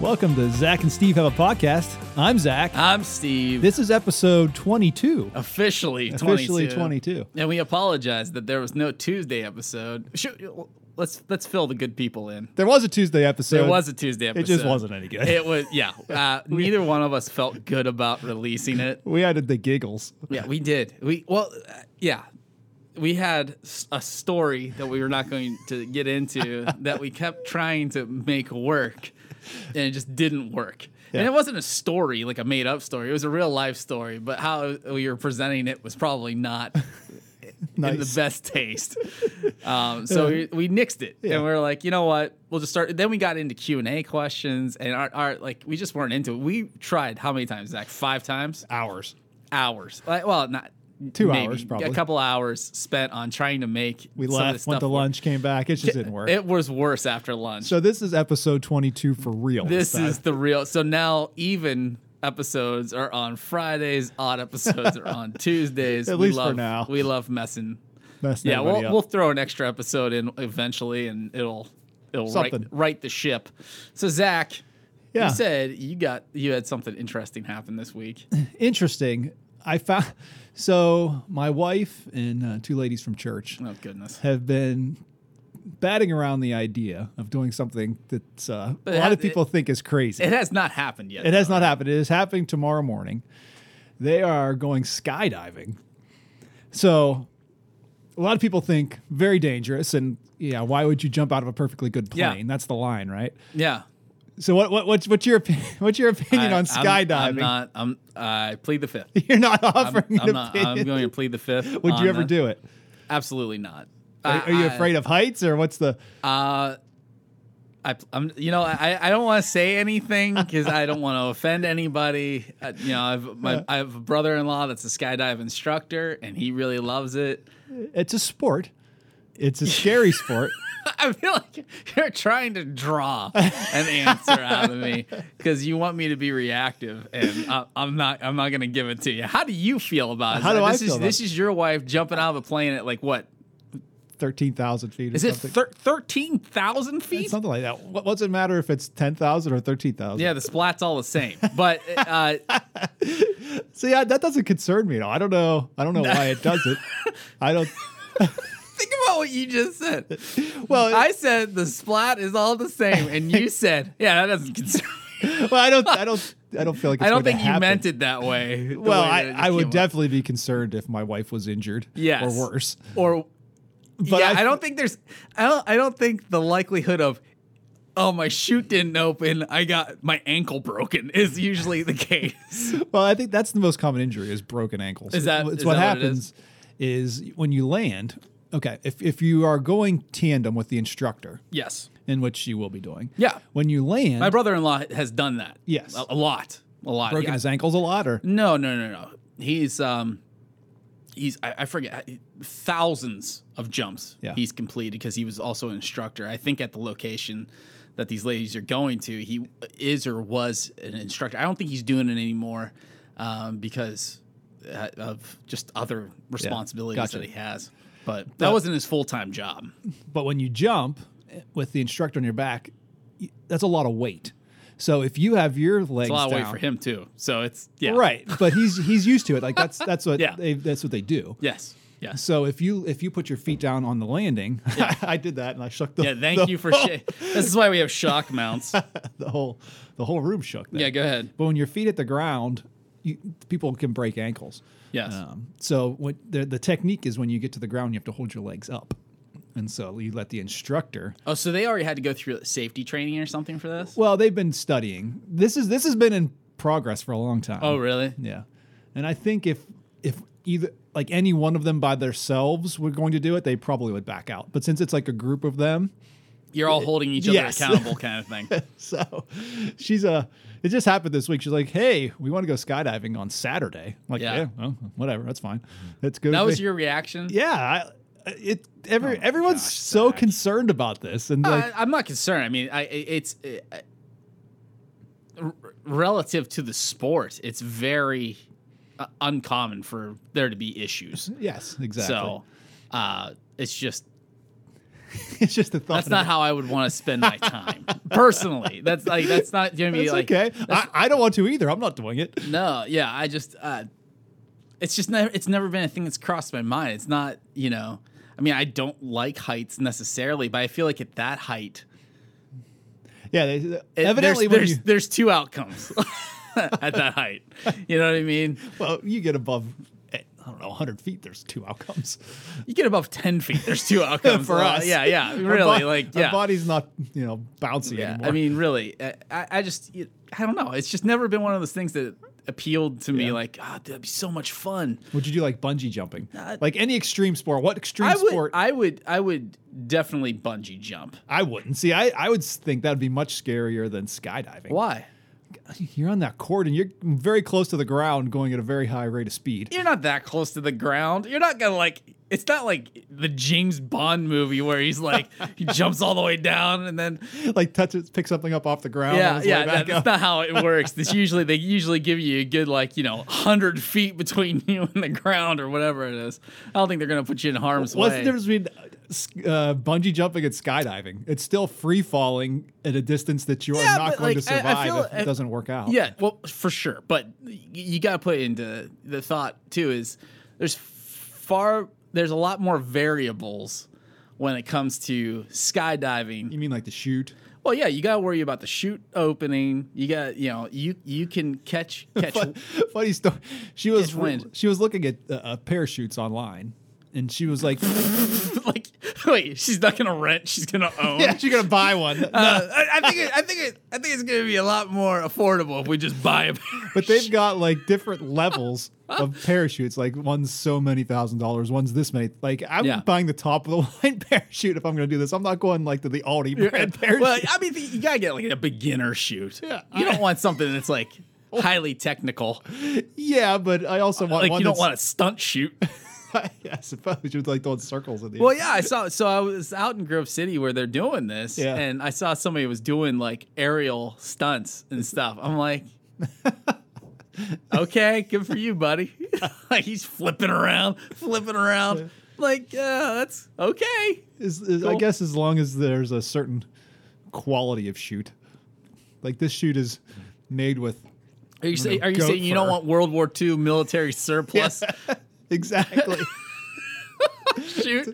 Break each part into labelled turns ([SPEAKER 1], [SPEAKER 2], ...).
[SPEAKER 1] Welcome to Zach and Steve Have a Podcast. I'm Zach.
[SPEAKER 2] I'm Steve.
[SPEAKER 1] This is episode 22.
[SPEAKER 2] officially 22.
[SPEAKER 1] Officially 22.
[SPEAKER 2] And we apologize that there was no Tuesday episode. Should, let's let's fill the good people in.
[SPEAKER 1] There was a Tuesday episode.
[SPEAKER 2] There was a Tuesday episode.
[SPEAKER 1] It just wasn't any good.
[SPEAKER 2] It was yeah. Uh, neither one of us felt good about releasing it.
[SPEAKER 1] we added the giggles.
[SPEAKER 2] Yeah, we did. We well, uh, yeah. We had s- a story that we were not going to get into that we kept trying to make work, and it just didn't work.
[SPEAKER 1] Yeah.
[SPEAKER 2] And it wasn't a story like a made up story. It was a real life story, but how we were presenting it was probably not in the
[SPEAKER 1] Nice.
[SPEAKER 2] best taste. Um, so we, we nixed it, and we were like, you know what? We'll just start. Then we got into Q and A questions, and our, our like we just weren't into it. We tried how many times, Zach? Five times
[SPEAKER 1] Hours.
[SPEAKER 2] hours. Like, well, not
[SPEAKER 1] Two
[SPEAKER 2] maybe.
[SPEAKER 1] hours, probably.
[SPEAKER 2] A couple hours spent on trying to make
[SPEAKER 1] We
[SPEAKER 2] some of this
[SPEAKER 1] left, went
[SPEAKER 2] stuff
[SPEAKER 1] to
[SPEAKER 2] work.
[SPEAKER 1] lunch, came back. It just didn't work.
[SPEAKER 2] It was worse after lunch.
[SPEAKER 1] so this is episode 22 for real.
[SPEAKER 2] this
[SPEAKER 1] time.
[SPEAKER 2] is the real. So now even episodes are on Fridays. Odd episodes are on Tuesdays.
[SPEAKER 1] At
[SPEAKER 2] we
[SPEAKER 1] least for
[SPEAKER 2] love,
[SPEAKER 1] now.
[SPEAKER 2] We love messing.
[SPEAKER 1] Messed
[SPEAKER 2] Yeah,
[SPEAKER 1] everybody
[SPEAKER 2] we'll
[SPEAKER 1] up.
[SPEAKER 2] we'll throw an extra episode in eventually, and it'll it'll
[SPEAKER 1] Something.
[SPEAKER 2] right right the ship. So Zach.
[SPEAKER 1] Yeah.
[SPEAKER 2] You said you got you had something interesting happen this week.
[SPEAKER 1] Interesting. I found. So my wife and uh, two ladies from church
[SPEAKER 2] Oh goodness!
[SPEAKER 1] have been batting around the idea of doing something that uh, a
[SPEAKER 2] it
[SPEAKER 1] lot
[SPEAKER 2] ha-
[SPEAKER 1] of people think is crazy.
[SPEAKER 2] It has not happened yet.
[SPEAKER 1] It has not happened. It is happening tomorrow morning. They are going skydiving. So a lot of people think very dangerous and yeah, why would you jump out of a perfectly good
[SPEAKER 2] Yeah.
[SPEAKER 1] plane? That's the line, right?
[SPEAKER 2] Yeah.
[SPEAKER 1] So what what what's what's your opinion, what's your opinion
[SPEAKER 2] I- I'm-
[SPEAKER 1] on skydiving?
[SPEAKER 2] I'm, not. I'm. I plead the fifth.
[SPEAKER 1] You're not
[SPEAKER 2] I'm,
[SPEAKER 1] offering an
[SPEAKER 2] I'm not,
[SPEAKER 1] opinion.
[SPEAKER 2] I'm going to plead the fifth.
[SPEAKER 1] would
[SPEAKER 2] on
[SPEAKER 1] you ever
[SPEAKER 2] that.
[SPEAKER 1] do it?
[SPEAKER 2] Absolutely not.
[SPEAKER 1] Are, are you afraid of heights or what's the
[SPEAKER 2] Uh, I, I'm, you know, I, I don't want to say anything because I don't want to offend anybody. Uh, you know, I've my, I have a brother-in-law that's a skydive instructor, and he really loves it.
[SPEAKER 1] it's a sport. It's a scary sport.
[SPEAKER 2] I feel like you're trying to draw an answer out of me because you want me to be reactive, and I, I'm not. I'm not going to give it to you. How do you feel about it?
[SPEAKER 1] How do I
[SPEAKER 2] this
[SPEAKER 1] feel
[SPEAKER 2] is
[SPEAKER 1] about
[SPEAKER 2] this is your wife jumping out of a plane at like what?
[SPEAKER 1] 13,000 feet or
[SPEAKER 2] Is it
[SPEAKER 1] something.
[SPEAKER 2] thir- thirteen thousand feet?
[SPEAKER 1] something like that. What, what's it matter if it's 10,000 or 13,000?
[SPEAKER 2] Yeah, the splat's all the same, but uh,
[SPEAKER 1] So yeah, that doesn't concern me at all. I don't know. I don't know why it doesn't. I don't.
[SPEAKER 2] think about what you just said.
[SPEAKER 1] Well, I,
[SPEAKER 2] I said the splat is all the same, and you said, "Yeah, that doesn't concern." me."
[SPEAKER 1] well, I don't. I don't. I don't feel like. It's
[SPEAKER 2] I don't
[SPEAKER 1] going
[SPEAKER 2] think
[SPEAKER 1] to
[SPEAKER 2] you
[SPEAKER 1] happen.
[SPEAKER 2] meant it that way. the
[SPEAKER 1] Well,
[SPEAKER 2] way
[SPEAKER 1] I,
[SPEAKER 2] that it
[SPEAKER 1] I
[SPEAKER 2] came
[SPEAKER 1] would
[SPEAKER 2] up.
[SPEAKER 1] definitely be concerned if my wife was injured.
[SPEAKER 2] Yes.
[SPEAKER 1] Or worse.
[SPEAKER 2] or
[SPEAKER 1] But
[SPEAKER 2] yeah,
[SPEAKER 1] I-
[SPEAKER 2] I, don't think there's I don't I don't think the likelihood of oh my chute didn't open, I got my ankle broken is usually the case.
[SPEAKER 1] Well, I think that's the most common injury is broken ankles.
[SPEAKER 2] Is that-
[SPEAKER 1] it's
[SPEAKER 2] is
[SPEAKER 1] what
[SPEAKER 2] that what it
[SPEAKER 1] happens? Is when you land. Okay, if if you are going tandem with the instructor,
[SPEAKER 2] yes.
[SPEAKER 1] in which you will be doing.
[SPEAKER 2] Yeah.
[SPEAKER 1] When you land,
[SPEAKER 2] My brother-in-law has done that.
[SPEAKER 1] Yes.
[SPEAKER 2] A, a lot. A lot.
[SPEAKER 1] broken
[SPEAKER 2] Yeah.
[SPEAKER 1] his ankles a lot, or
[SPEAKER 2] No, no, no, no. He's um, he's I, I forget thousands of jumps
[SPEAKER 1] Yeah.
[SPEAKER 2] he's completed because he was also an instructor. I think at the location that these ladies are going to, he is or was an instructor. I don't think he's doing it anymore um, because uh, of just other responsibilities
[SPEAKER 1] Gotcha.
[SPEAKER 2] that he has. But that wasn't his full time job.
[SPEAKER 1] But when you jump eh, with the instructor on your back, y- that's a lot of weight. So if you have your legs
[SPEAKER 2] A lot of weight
[SPEAKER 1] down-
[SPEAKER 2] for him too. So it's yeah,
[SPEAKER 1] right? But he's he's used to it. Like that's that's what
[SPEAKER 2] Yeah.
[SPEAKER 1] they, that's what they do.
[SPEAKER 2] Yes, yes.
[SPEAKER 1] So if you if you put your feet down on the landing, I did that and I shook the
[SPEAKER 2] Yeah, thank you for. Sh- this is why we have shock mounts.
[SPEAKER 1] the whole the whole room shook. Then.
[SPEAKER 2] Yeah, go ahead.
[SPEAKER 1] But when your feet hit the ground, you, people can break ankles.
[SPEAKER 2] Yes.
[SPEAKER 1] Um, so what the the technique is when you get to the ground, you have to hold your legs up, and so you let the instructor
[SPEAKER 2] Oh, so they already had to go through safety training or something for this?
[SPEAKER 1] Well, they've been studying. This is this has been in progress for a long time.
[SPEAKER 2] Oh, really?
[SPEAKER 1] Yeah. And I think if if either like any one of them by themselves were going to do it, they probably would back out. But since it's like a group of them,
[SPEAKER 2] You're all holding each other
[SPEAKER 1] Yes.
[SPEAKER 2] accountable, kind of thing.
[SPEAKER 1] so she's a. It just happened this week. She's like, "Hey, we want to go skydiving on Saturday." I'm like, yeah,
[SPEAKER 2] Yeah.
[SPEAKER 1] well, whatever, that's fine. That's good.
[SPEAKER 2] That
[SPEAKER 1] with
[SPEAKER 2] was
[SPEAKER 1] me."
[SPEAKER 2] your Oh reaction?
[SPEAKER 1] Yeah. I, it every everyone's so concerned about this, and like,
[SPEAKER 2] I, I'm not concerned. I mean, I it's uh, r- relative to the sport, it's very uh, uncommon for there to be issues.
[SPEAKER 1] yes, exactly.
[SPEAKER 2] So, uh, it's just
[SPEAKER 1] it's just a thought.
[SPEAKER 2] That's not how I would want to spend my time personally. That's like that's not. You know what I mean?
[SPEAKER 1] It's
[SPEAKER 2] like,
[SPEAKER 1] okay. I, I don't want to either. I'm not doing it.
[SPEAKER 2] No, yeah, I just uh, it's just never it's never been a thing that's crossed my mind. It's not, you know, I mean, I don't like heights necessarily, but I feel like at that height,
[SPEAKER 1] Yeah, they,
[SPEAKER 2] it-
[SPEAKER 1] evidently
[SPEAKER 2] there's
[SPEAKER 1] when
[SPEAKER 2] there's,
[SPEAKER 1] you,
[SPEAKER 2] there's two outcomes at that height. You know what I mean?
[SPEAKER 1] well, you get above, eh, I don't know, 100 feet, there's two outcomes.
[SPEAKER 2] You get above ten feet, there's two outcomes
[SPEAKER 1] For
[SPEAKER 2] Uh,
[SPEAKER 1] us.
[SPEAKER 2] Yeah, yeah,
[SPEAKER 1] Our
[SPEAKER 2] really,
[SPEAKER 1] bo-
[SPEAKER 2] like
[SPEAKER 1] Our
[SPEAKER 2] yeah.
[SPEAKER 1] body's not, you know, bouncy
[SPEAKER 2] yeah,
[SPEAKER 1] anymore.
[SPEAKER 2] I mean, really, I, I I just, you- I don't know. It's just never been one of those things that appealed to me.
[SPEAKER 1] Yeah.
[SPEAKER 2] Like, ah, that'd be so much fun.
[SPEAKER 1] would you do like bungee jumping?
[SPEAKER 2] Uh,
[SPEAKER 1] like any extreme sport? What extreme
[SPEAKER 2] I would,
[SPEAKER 1] sport?
[SPEAKER 2] I would, I would definitely bungee jump.
[SPEAKER 1] I wouldn't. See, I, I would think that would be much scarier than skydiving.
[SPEAKER 2] Why?
[SPEAKER 1] You're on that cord and you're very close to the ground going at a very high rate of speed.
[SPEAKER 2] you're not that close to the ground. You're not gonna like. It's not like the James Bond movie where he's like he jumps all the way down and then
[SPEAKER 1] Like touches, pick something up off the ground. on
[SPEAKER 2] yeah
[SPEAKER 1] his way
[SPEAKER 2] yeah
[SPEAKER 1] back
[SPEAKER 2] that, that's
[SPEAKER 1] up.
[SPEAKER 2] not how it works. This usually they usually give you a good like you know hundred feet between you and the ground or whatever it is. I don't think they're gonna put you in harm's
[SPEAKER 1] What's
[SPEAKER 2] way.
[SPEAKER 1] the difference between uh, s- uh, bungee jumping and skydiving? It's still free falling at a distance that you are
[SPEAKER 2] Yeah,
[SPEAKER 1] not
[SPEAKER 2] but,
[SPEAKER 1] going to
[SPEAKER 2] like, I- I
[SPEAKER 1] survive
[SPEAKER 2] feel-
[SPEAKER 1] if it
[SPEAKER 2] I-
[SPEAKER 1] doesn't work out.
[SPEAKER 2] Yeah, well, for sure. But y- you got to put it into the thought too. Is there's far there's a lot more variables when it comes to skydiving
[SPEAKER 1] You mean like the shoot?
[SPEAKER 2] Well, yeah, you got to worry about the shoot opening. You got, you know, you you can catch catch.
[SPEAKER 1] Fun- funny story. She was
[SPEAKER 2] Catch wind.
[SPEAKER 1] she was looking at uh, uh, parachutes online, and she was like,
[SPEAKER 2] like, wait, she's not gonna rent. She's gonna own.
[SPEAKER 1] "Yeah, she's gonna buy one."
[SPEAKER 2] Uh, I, I think it, I think it, I think it's gonna be a lot more affordable if we just buy a pair.
[SPEAKER 1] But they've got like different levels of parachutes. Like one's so many thousand dollars, one's this many. Like I'm
[SPEAKER 2] Yeah.
[SPEAKER 1] buying the top of the line parachute if I'm going to do this. I'm not going like to the Aldi brand parachute.
[SPEAKER 2] well, I mean, you gotta get like a beginner shoot.
[SPEAKER 1] Yeah.
[SPEAKER 2] you don't want something that's like highly technical.
[SPEAKER 1] yeah, but I also want
[SPEAKER 2] Uh, Like
[SPEAKER 1] one
[SPEAKER 2] you don't
[SPEAKER 1] that's-
[SPEAKER 2] want a stunt shoot.
[SPEAKER 1] yeah, I suppose you're like doing circles in the
[SPEAKER 2] Well, yeah, I saw. So I was out in Grove City where they're doing this,
[SPEAKER 1] Yeah.
[SPEAKER 2] and I saw somebody was doing like aerial stunts and stuff. I'm like, okay, good for you, buddy. like he's flipping around, flipping around. Like uh, that's okay.
[SPEAKER 1] As- as- I
[SPEAKER 2] Cool.
[SPEAKER 1] guess as long as there's a certain quality of shoot, like this shoot is made with
[SPEAKER 2] Are you saying? Are you
[SPEAKER 1] goat
[SPEAKER 2] saying you don't
[SPEAKER 1] fur.
[SPEAKER 2] want World War II military surplus
[SPEAKER 1] exactly
[SPEAKER 2] shoot?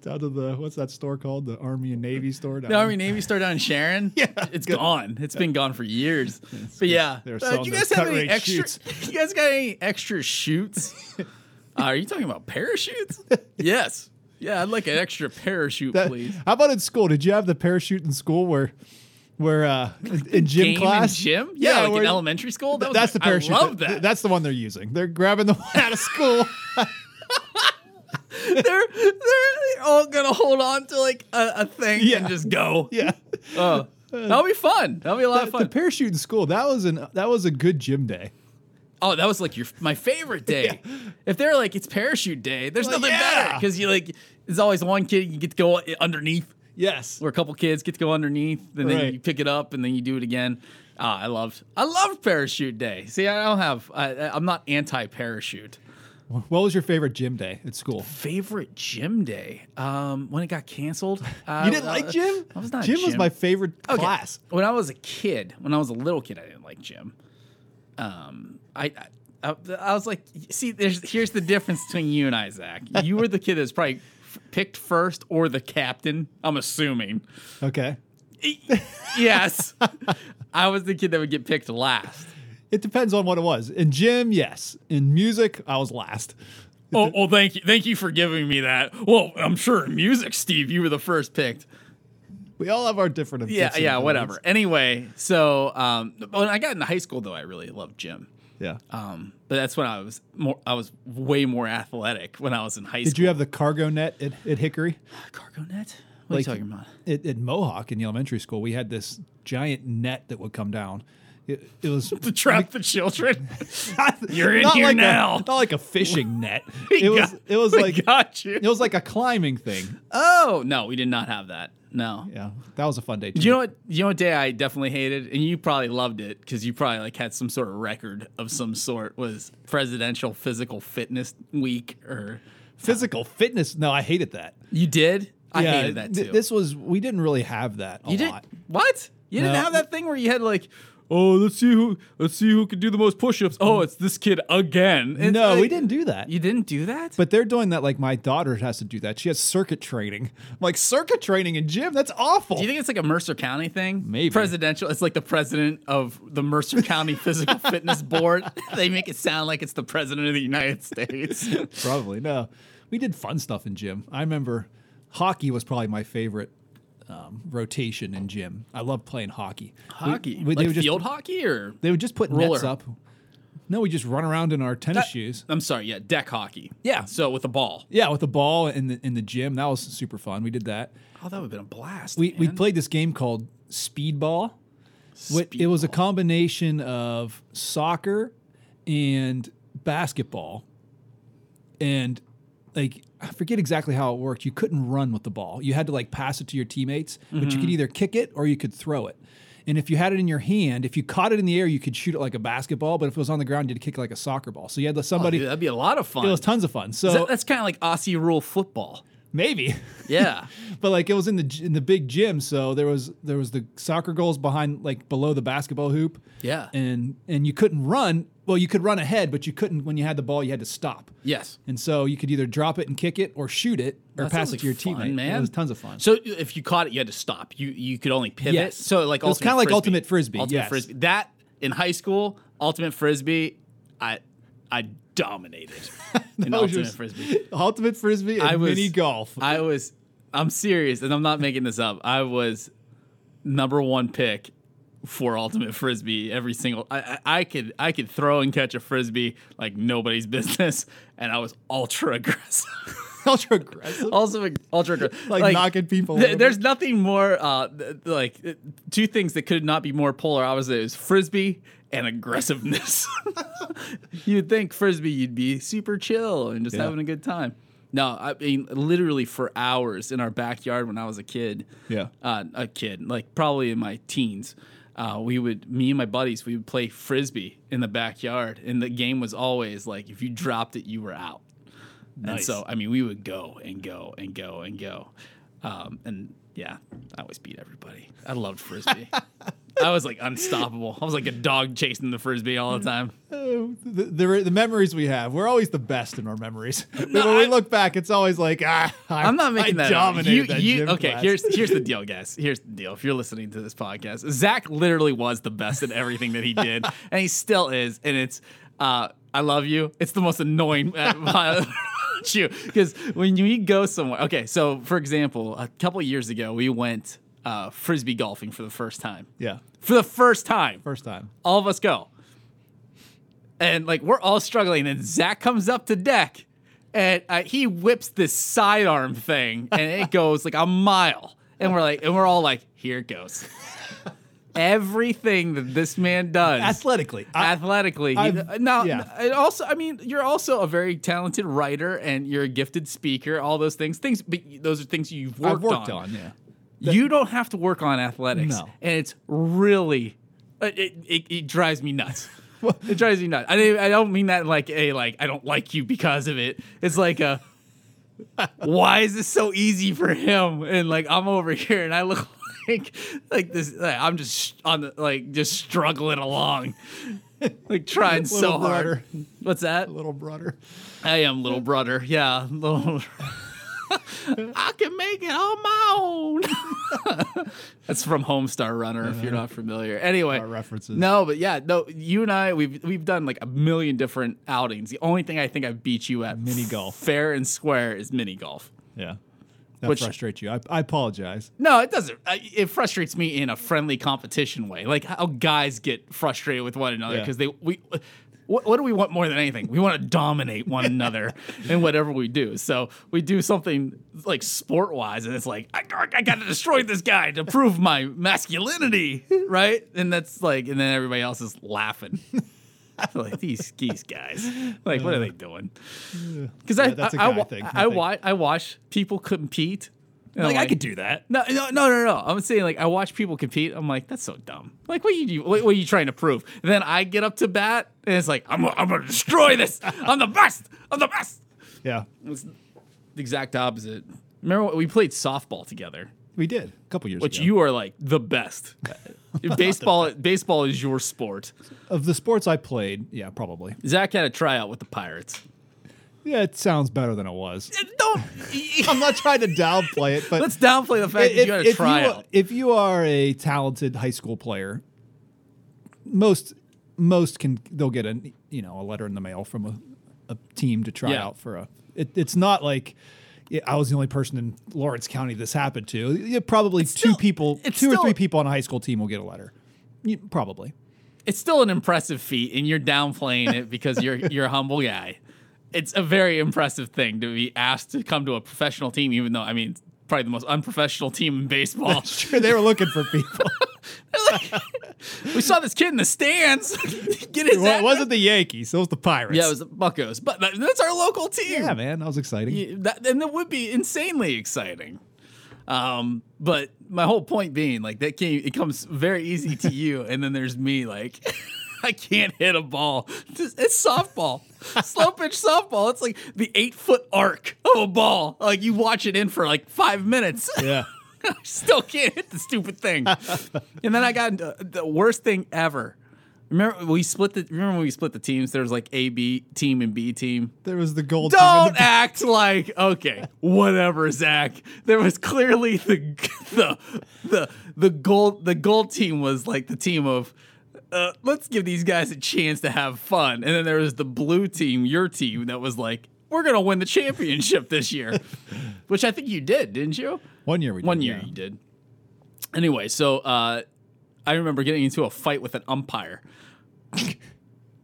[SPEAKER 1] down to the what's that store called? The Army and Navy store. Down
[SPEAKER 2] The Army Navy store down in Sharon.
[SPEAKER 1] Yeah,
[SPEAKER 2] it's
[SPEAKER 1] good.
[SPEAKER 2] gone. It's been gone for years. but yeah,
[SPEAKER 1] They're
[SPEAKER 2] Uh,
[SPEAKER 1] selling
[SPEAKER 2] do you guys
[SPEAKER 1] those
[SPEAKER 2] have
[SPEAKER 1] cut
[SPEAKER 2] any
[SPEAKER 1] rate
[SPEAKER 2] extra?
[SPEAKER 1] shoots.
[SPEAKER 2] You guys got any extra shoots? Uh, are you talking about parachutes? yes. Yeah, I'd like an extra parachute,
[SPEAKER 1] That-
[SPEAKER 2] please.
[SPEAKER 1] How about in school? Did you have the parachute in school where, where uh, in- in gym
[SPEAKER 2] Game in
[SPEAKER 1] class?
[SPEAKER 2] gym? Yeah, like
[SPEAKER 1] where-
[SPEAKER 2] in elementary school. That was,
[SPEAKER 1] that's the parachute.
[SPEAKER 2] I love
[SPEAKER 1] th-
[SPEAKER 2] that.
[SPEAKER 1] That's the one they're using. They're grabbing the one out of school.
[SPEAKER 2] they're, they're they're all gonna hold on to like a, a thing
[SPEAKER 1] Yeah.
[SPEAKER 2] and just go.
[SPEAKER 1] yeah. Uh,
[SPEAKER 2] Oh, that'll be fun. That'll be a lot of
[SPEAKER 1] The,
[SPEAKER 2] fun.
[SPEAKER 1] the parachute in school that was an that was a good gym day.
[SPEAKER 2] Oh, that was like your my favorite day. If they're like it's parachute day, there's
[SPEAKER 1] Well,
[SPEAKER 2] nothing
[SPEAKER 1] yeah.
[SPEAKER 2] better because you like there's always one kid you get to go underneath,
[SPEAKER 1] Yes,
[SPEAKER 2] or a couple kids get to go underneath, and
[SPEAKER 1] Right.
[SPEAKER 2] then you pick it up and then you do it again. Ah, I loved I loved parachute day. See, I don't have I, I'm not anti parachute.
[SPEAKER 1] What was your favorite gym day at school?
[SPEAKER 2] Favorite gym day? Um, when it got canceled, Uh,
[SPEAKER 1] You didn't like gym?
[SPEAKER 2] I was not
[SPEAKER 1] gym, was my favorite
[SPEAKER 2] Okay.
[SPEAKER 1] class.
[SPEAKER 2] When I was a kid, when I was a little kid, I didn't like gym. Um, I, I, I, I was like, see, there's here's the difference between you and I, Zach. You were the kid that's probably f- picked first or the captain. I'm assuming.
[SPEAKER 1] Okay.
[SPEAKER 2] Yes, I was the kid that would get picked last.
[SPEAKER 1] It depends on what it was. In gym, yes. In music, I was last.
[SPEAKER 2] Oh, well, thank you, thank you for giving me that. Well, I'm sure in music, Steve, you were the first picked.
[SPEAKER 1] We all have our different
[SPEAKER 2] Yeah,
[SPEAKER 1] objections.
[SPEAKER 2] yeah, whatever. Anyway, so um, when I got into high school, though, I really loved gym.
[SPEAKER 1] Yeah.
[SPEAKER 2] Um, but that's when I was more. I was way more athletic when I was in high
[SPEAKER 1] Did
[SPEAKER 2] school.
[SPEAKER 1] you have the cargo net at, at Hickory?
[SPEAKER 2] cargo net? What
[SPEAKER 1] Like-
[SPEAKER 2] are you talking about?
[SPEAKER 1] at, at Mohawk in the elementary school, we had this giant net that would come down. It, it was
[SPEAKER 2] To trap the children. You're in
[SPEAKER 1] not
[SPEAKER 2] here
[SPEAKER 1] like a-
[SPEAKER 2] now.
[SPEAKER 1] not like a fishing net. It was
[SPEAKER 2] got-
[SPEAKER 1] it was
[SPEAKER 2] we
[SPEAKER 1] like
[SPEAKER 2] got you.
[SPEAKER 1] it was like a climbing thing.
[SPEAKER 2] oh no, we did not have that. No.
[SPEAKER 1] Yeah, that was a fun day. Too.
[SPEAKER 2] You know what? You know what day I definitely hated, and you probably loved it because you probably like had some sort of record of some sort. Was Presidential Physical Fitness Week or
[SPEAKER 1] Physical fitness. No, I hated that.
[SPEAKER 2] you did? I
[SPEAKER 1] yeah,
[SPEAKER 2] hated that too.
[SPEAKER 1] th- this was we didn't really have that a
[SPEAKER 2] you
[SPEAKER 1] lot.
[SPEAKER 2] didn't what? You didn't
[SPEAKER 1] No.
[SPEAKER 2] have that thing where you had like, oh, let's see who let's see who can do the most push-ups. Oh, it's this kid again. It's
[SPEAKER 1] no, we
[SPEAKER 2] like-
[SPEAKER 1] didn't do that.
[SPEAKER 2] You didn't do that.
[SPEAKER 1] but they're doing that like my daughter has to do that. She has circuit training. I'm like circuit training in gym. That's awful.
[SPEAKER 2] do you think it's like a Mercer County thing?
[SPEAKER 1] Maybe.
[SPEAKER 2] presidential. It's like the president of the Mercer County Physical Fitness Board. they make it sound like it's the president of the United States.
[SPEAKER 1] Probably no. We did fun stuff in gym. I remember hockey was probably my favorite um, rotation in gym. I love playing hockey. We-
[SPEAKER 2] hockey,
[SPEAKER 1] we-
[SPEAKER 2] like
[SPEAKER 1] would just-
[SPEAKER 2] field hockey, or
[SPEAKER 1] They would just put nets
[SPEAKER 2] Roller.
[SPEAKER 1] up. No, we just run around in our tennis shoes.
[SPEAKER 2] I'm sorry, yeah, deck hockey.
[SPEAKER 1] Yeah.
[SPEAKER 2] So with a ball.
[SPEAKER 1] Yeah, with the ball in the in the gym. That was super fun. We did that.
[SPEAKER 2] Oh, that would have been a blast.
[SPEAKER 1] We we
[SPEAKER 2] man.
[SPEAKER 1] played this game called Speedball. What- It was a combination of soccer and basketball. And like I forget exactly how it worked. You couldn't run with the ball. You had to like pass it to your teammates, but
[SPEAKER 2] Mm-hmm.
[SPEAKER 1] you could either kick it or you could throw it. And if you had it in your hand, if you caught it in the air, you could shoot it like a basketball. But if it was on the ground, you had to kick it like a soccer ball. So you had somebody.
[SPEAKER 2] Dude, that'd be a lot of fun.
[SPEAKER 1] it was tons of fun. So
[SPEAKER 2] Oh, Is that- that's kind of like Aussie rule football.
[SPEAKER 1] maybe
[SPEAKER 2] Yeah.
[SPEAKER 1] but like it was in the g- in the big gym, so there was there was the soccer goals behind like below the basketball hoop.
[SPEAKER 2] Yeah.
[SPEAKER 1] and and you couldn't run. Well, you could run ahead, but you couldn't when you had the ball. You had to stop.
[SPEAKER 2] yes.
[SPEAKER 1] And so you could either drop it and kick it, or shoot it,
[SPEAKER 2] That
[SPEAKER 1] or pass
[SPEAKER 2] sounds
[SPEAKER 1] it to your
[SPEAKER 2] like fun,
[SPEAKER 1] teammate.
[SPEAKER 2] man.
[SPEAKER 1] It was tons of fun.
[SPEAKER 2] So if you caught it, you had to stop. You you could only pivot.
[SPEAKER 1] Yes.
[SPEAKER 2] So like
[SPEAKER 1] It was
[SPEAKER 2] ultimate
[SPEAKER 1] kinda like
[SPEAKER 2] Frisbee.
[SPEAKER 1] Ultimate Frisbee,
[SPEAKER 2] Ultimate
[SPEAKER 1] yes.
[SPEAKER 2] frisbee. That in high school, ultimate frisbee, I I dominated in
[SPEAKER 1] That was
[SPEAKER 2] ultimate
[SPEAKER 1] just-
[SPEAKER 2] frisbee.
[SPEAKER 1] ultimate frisbee and
[SPEAKER 2] I was
[SPEAKER 1] mini golf.
[SPEAKER 2] I was I'm serious, and I'm not making this up. I was number one pick for ultimate frisbee every single. I, I, I could I could throw and catch a frisbee like nobody's business, and I was ultra aggressive.
[SPEAKER 1] Ultra aggressive.
[SPEAKER 2] also ag- ultra aggressive,
[SPEAKER 1] Like knocking people over.
[SPEAKER 2] There's nothing more uh, th- like uh, two things that could not be more polar opposite is frisbee and aggressiveness. you'd think frisbee, you'd be super chill and just
[SPEAKER 1] Yeah.
[SPEAKER 2] having a good time. No, I mean literally for hours in our backyard when I was a kid.
[SPEAKER 1] Yeah.
[SPEAKER 2] uh, a kid, like probably in my teens. Uh, we would, me and my buddies, we would play frisbee in the backyard, and the game was always like if you dropped it, you were out. And
[SPEAKER 1] Nice.
[SPEAKER 2] so, I mean, we would go and go and go and go. Um, and yeah, I always beat everybody. I loved frisbee. I was like unstoppable. I was like a dog chasing the frisbee all the time.
[SPEAKER 1] Uh, the, the, the memories we have, we're always the best in our memories. But when
[SPEAKER 2] I-
[SPEAKER 1] we look back, it's always like, ah, I,
[SPEAKER 2] I'm not making
[SPEAKER 1] I
[SPEAKER 2] that up.
[SPEAKER 1] dominated
[SPEAKER 2] You-
[SPEAKER 1] that
[SPEAKER 2] you-
[SPEAKER 1] gym
[SPEAKER 2] okay,
[SPEAKER 1] class.
[SPEAKER 2] here's here's the deal, guys. Here's the deal. If you're listening to this podcast, Zach literally was the best at everything that he did, and he still is. And it's, uh, I love you. It's the most annoying. Uh, you because when you go somewhere okay so for example a couple years ago we went uh frisbee golfing for the first time
[SPEAKER 1] yeah,
[SPEAKER 2] for the first time
[SPEAKER 1] first time.
[SPEAKER 2] all of us go. And like we're all struggling, and Zach comes up to deck, and uh, he whips this sidearm thing, and it goes like a mile, and we're like, and we're all like, here it goes. Everything that this man does
[SPEAKER 1] Athletically, I-
[SPEAKER 2] athletically. he-
[SPEAKER 1] I've-
[SPEAKER 2] now,
[SPEAKER 1] yeah.
[SPEAKER 2] and also, I mean, you're also a very talented writer, and you're a gifted speaker. All those things, things, but those are things you've worked,
[SPEAKER 1] I've worked on yeah.
[SPEAKER 2] you don't have to work on athletics.
[SPEAKER 1] No.
[SPEAKER 2] And it's really, uh, it, it, it, it drives me nuts. it drives me nuts. I, don't- I don't mean that in like a, like, I don't like you because of it. It's like a, why is this so easy for him? And like, I'm over here and I look like, like this, like, I'm just on the, like, just struggling along. Like trying so
[SPEAKER 1] Little
[SPEAKER 2] hard.
[SPEAKER 1] brother.
[SPEAKER 2] What's that?
[SPEAKER 1] Little brother.
[SPEAKER 2] I am little brother. Yeah, little. I can make it on my own. That's from Homestar Runner. If you're not familiar, anyway.
[SPEAKER 1] Our references.
[SPEAKER 2] No, but yeah, no. You and I, we've we've done like a million different outings. The only thing I think I beat you at
[SPEAKER 1] Mini golf.
[SPEAKER 2] fair and square, is mini golf.
[SPEAKER 1] Yeah. That
[SPEAKER 2] Which-
[SPEAKER 1] frustrates you. I, I apologize.
[SPEAKER 2] No, it doesn't. I- It frustrates me in a friendly competition way, like how guys get frustrated with one another
[SPEAKER 1] Yeah.
[SPEAKER 2] because they we. What, what do we want more than anything? We want to dominate one another in whatever we do. So we do something like sport wise, and it's like I, I got to destroy this guy to prove my masculinity, right? And that's like, and then everybody else is laughing. I feel like these these guys, like, what are they doing? Because I,
[SPEAKER 1] Yeah, that's a
[SPEAKER 2] I, I,
[SPEAKER 1] guy
[SPEAKER 2] wa-
[SPEAKER 1] thing, I
[SPEAKER 2] I,
[SPEAKER 1] think.
[SPEAKER 2] wa- I watch people compete. and I'm
[SPEAKER 1] do that.
[SPEAKER 2] no, no, no, no, no. I'm saying like I watch people compete. I'm like, that's so dumb. Like, what you what, what are you trying to prove? And then I get up to bat, and it's like, I'm gonna- I'm gonna destroy this. I'm the best. I'm the best.
[SPEAKER 1] Yeah.
[SPEAKER 2] It's the exact opposite. Remember when we played softball together,
[SPEAKER 1] We did a couple years
[SPEAKER 2] which
[SPEAKER 1] ago.
[SPEAKER 2] you are like the best. baseball, baseball is your sport.
[SPEAKER 1] of the sports I played, yeah, probably.
[SPEAKER 2] Zach had a tryout with the Pirates.
[SPEAKER 1] Yeah, it sounds better than it was.
[SPEAKER 2] Don't
[SPEAKER 1] I'm not trying to downplay it, but
[SPEAKER 2] let's downplay the fact that you had a tryout.
[SPEAKER 1] if you are a talented high school player, most most can they'll get a you know a letter in the mail from a, a team to try
[SPEAKER 2] Yeah.
[SPEAKER 1] out for a. It, it's not like yeah, I was the only person in Lawrence County this happened to. Yeah, probably two
[SPEAKER 2] still-
[SPEAKER 1] people, two
[SPEAKER 2] it's
[SPEAKER 1] or
[SPEAKER 2] still-
[SPEAKER 1] three people on a high school team will get a letter. Yeah, probably.
[SPEAKER 2] it's still an impressive feat, and you're downplaying it because you're you're a humble guy. It's a very impressive thing to be asked to come to a professional team, even though I mean it's probably the most unprofessional team in baseball.
[SPEAKER 1] Sure, they were looking for people.
[SPEAKER 2] we saw this kid in the stands get his.
[SPEAKER 1] well, it
[SPEAKER 2] ass-
[SPEAKER 1] wasn't the Yankees; it was the Pirates.
[SPEAKER 2] Yeah, it was the Buckos, but that- that's our local team.
[SPEAKER 1] Yeah, man, that was exciting.
[SPEAKER 2] Yeah, that, and that would be insanely exciting. Um, but my whole point being, like, that game it comes very easy to you, and then there's me, like, I can't hit a ball. Just- It's softball, slow pitch softball. It's like the eight foot arc of a ball. Like you watch it in for like five minutes.
[SPEAKER 1] yeah.
[SPEAKER 2] I still can't hit the stupid thing. and then I got into uh, the worst thing ever. Remember we split the remember when we split the teams? There was like A B team and B team.
[SPEAKER 1] There was the gold. team and
[SPEAKER 2] Don't
[SPEAKER 1] the-
[SPEAKER 2] act like okay, whatever, Zach. There was clearly the the the the gold the gold team was like the team of uh, let's give these guys a chance to have fun, and then there was the blue team, your team, that was like we're gonna win the championship this year, which I think you did, didn't you?
[SPEAKER 1] One year we
[SPEAKER 2] One
[SPEAKER 1] did,
[SPEAKER 2] year
[SPEAKER 1] yeah.
[SPEAKER 2] you did. Anyway, so uh, I remember getting into a fight with an umpire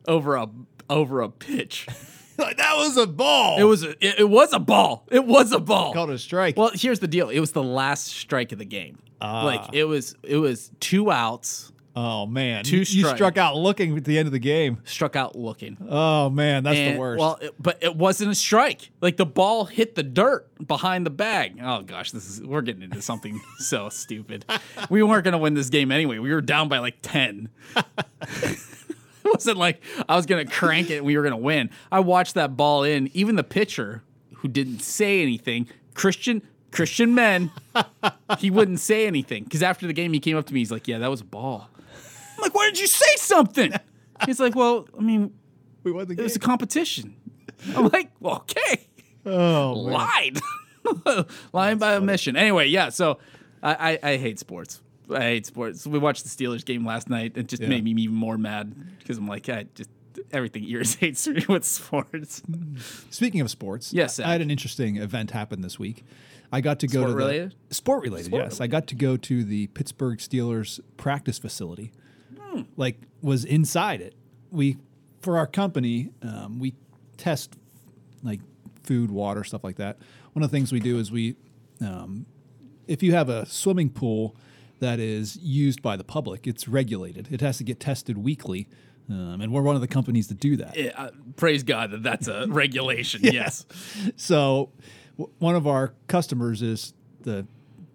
[SPEAKER 2] over a over a pitch.
[SPEAKER 1] Like, that was a ball.
[SPEAKER 2] It was a, it, it was a ball. It was a ball.
[SPEAKER 1] called a strike.
[SPEAKER 2] Well, here's the deal. It was the last strike of the game.
[SPEAKER 1] Ah.
[SPEAKER 2] Like it was it was two outs,
[SPEAKER 1] oh man,
[SPEAKER 2] two
[SPEAKER 1] you, you
[SPEAKER 2] strike.
[SPEAKER 1] struck out looking at the end of the game.
[SPEAKER 2] struck out looking.
[SPEAKER 1] Oh man, that's
[SPEAKER 2] And-
[SPEAKER 1] the worst.
[SPEAKER 2] Well, it, but it wasn't a strike. Like the ball hit the dirt behind the bag. Oh gosh, this is we're getting into something so stupid. We weren't gonna win this game anyway. We were down by like ten. it wasn't like I was gonna crank it and we were gonna win. I watched that ball in. Even the pitcher who didn't say anything, Christian Christian men, he wouldn't say anything because after the game he came up to me. He's like, "Yeah, that was a ball." I'm like, "Why didn't you say something?" He's like, "Well, I mean,
[SPEAKER 1] we won the
[SPEAKER 2] it
[SPEAKER 1] game.
[SPEAKER 2] was a competition. I'm like, well, okay,
[SPEAKER 1] oh, man.
[SPEAKER 2] lied, lying by omission. Anyway, yeah. So I, I, I hate sports. I hate sports. We watched the Steelers game last night. It just made me even more mad because I'm like, I just everything irritates me with sports.
[SPEAKER 1] Speaking of sports,
[SPEAKER 2] Yes,
[SPEAKER 1] I
[SPEAKER 2] Zach.
[SPEAKER 1] had an interesting event happen this week. I got to go to the-
[SPEAKER 2] Sport-related?
[SPEAKER 1] sport related. yes, I got to go to the Pittsburgh Steelers practice facility.
[SPEAKER 2] Hmm.
[SPEAKER 1] Like was inside it. We for our company, um, we test like food, water, stuff like that. One of the things we do is we um, if you have a swimming pool that is used by the public, it's regulated. It has to get tested weekly, um, and we're one of the companies that do that.
[SPEAKER 2] Yeah, uh, praise God that that's a regulation. Yes.
[SPEAKER 1] So, w- one of our customers is the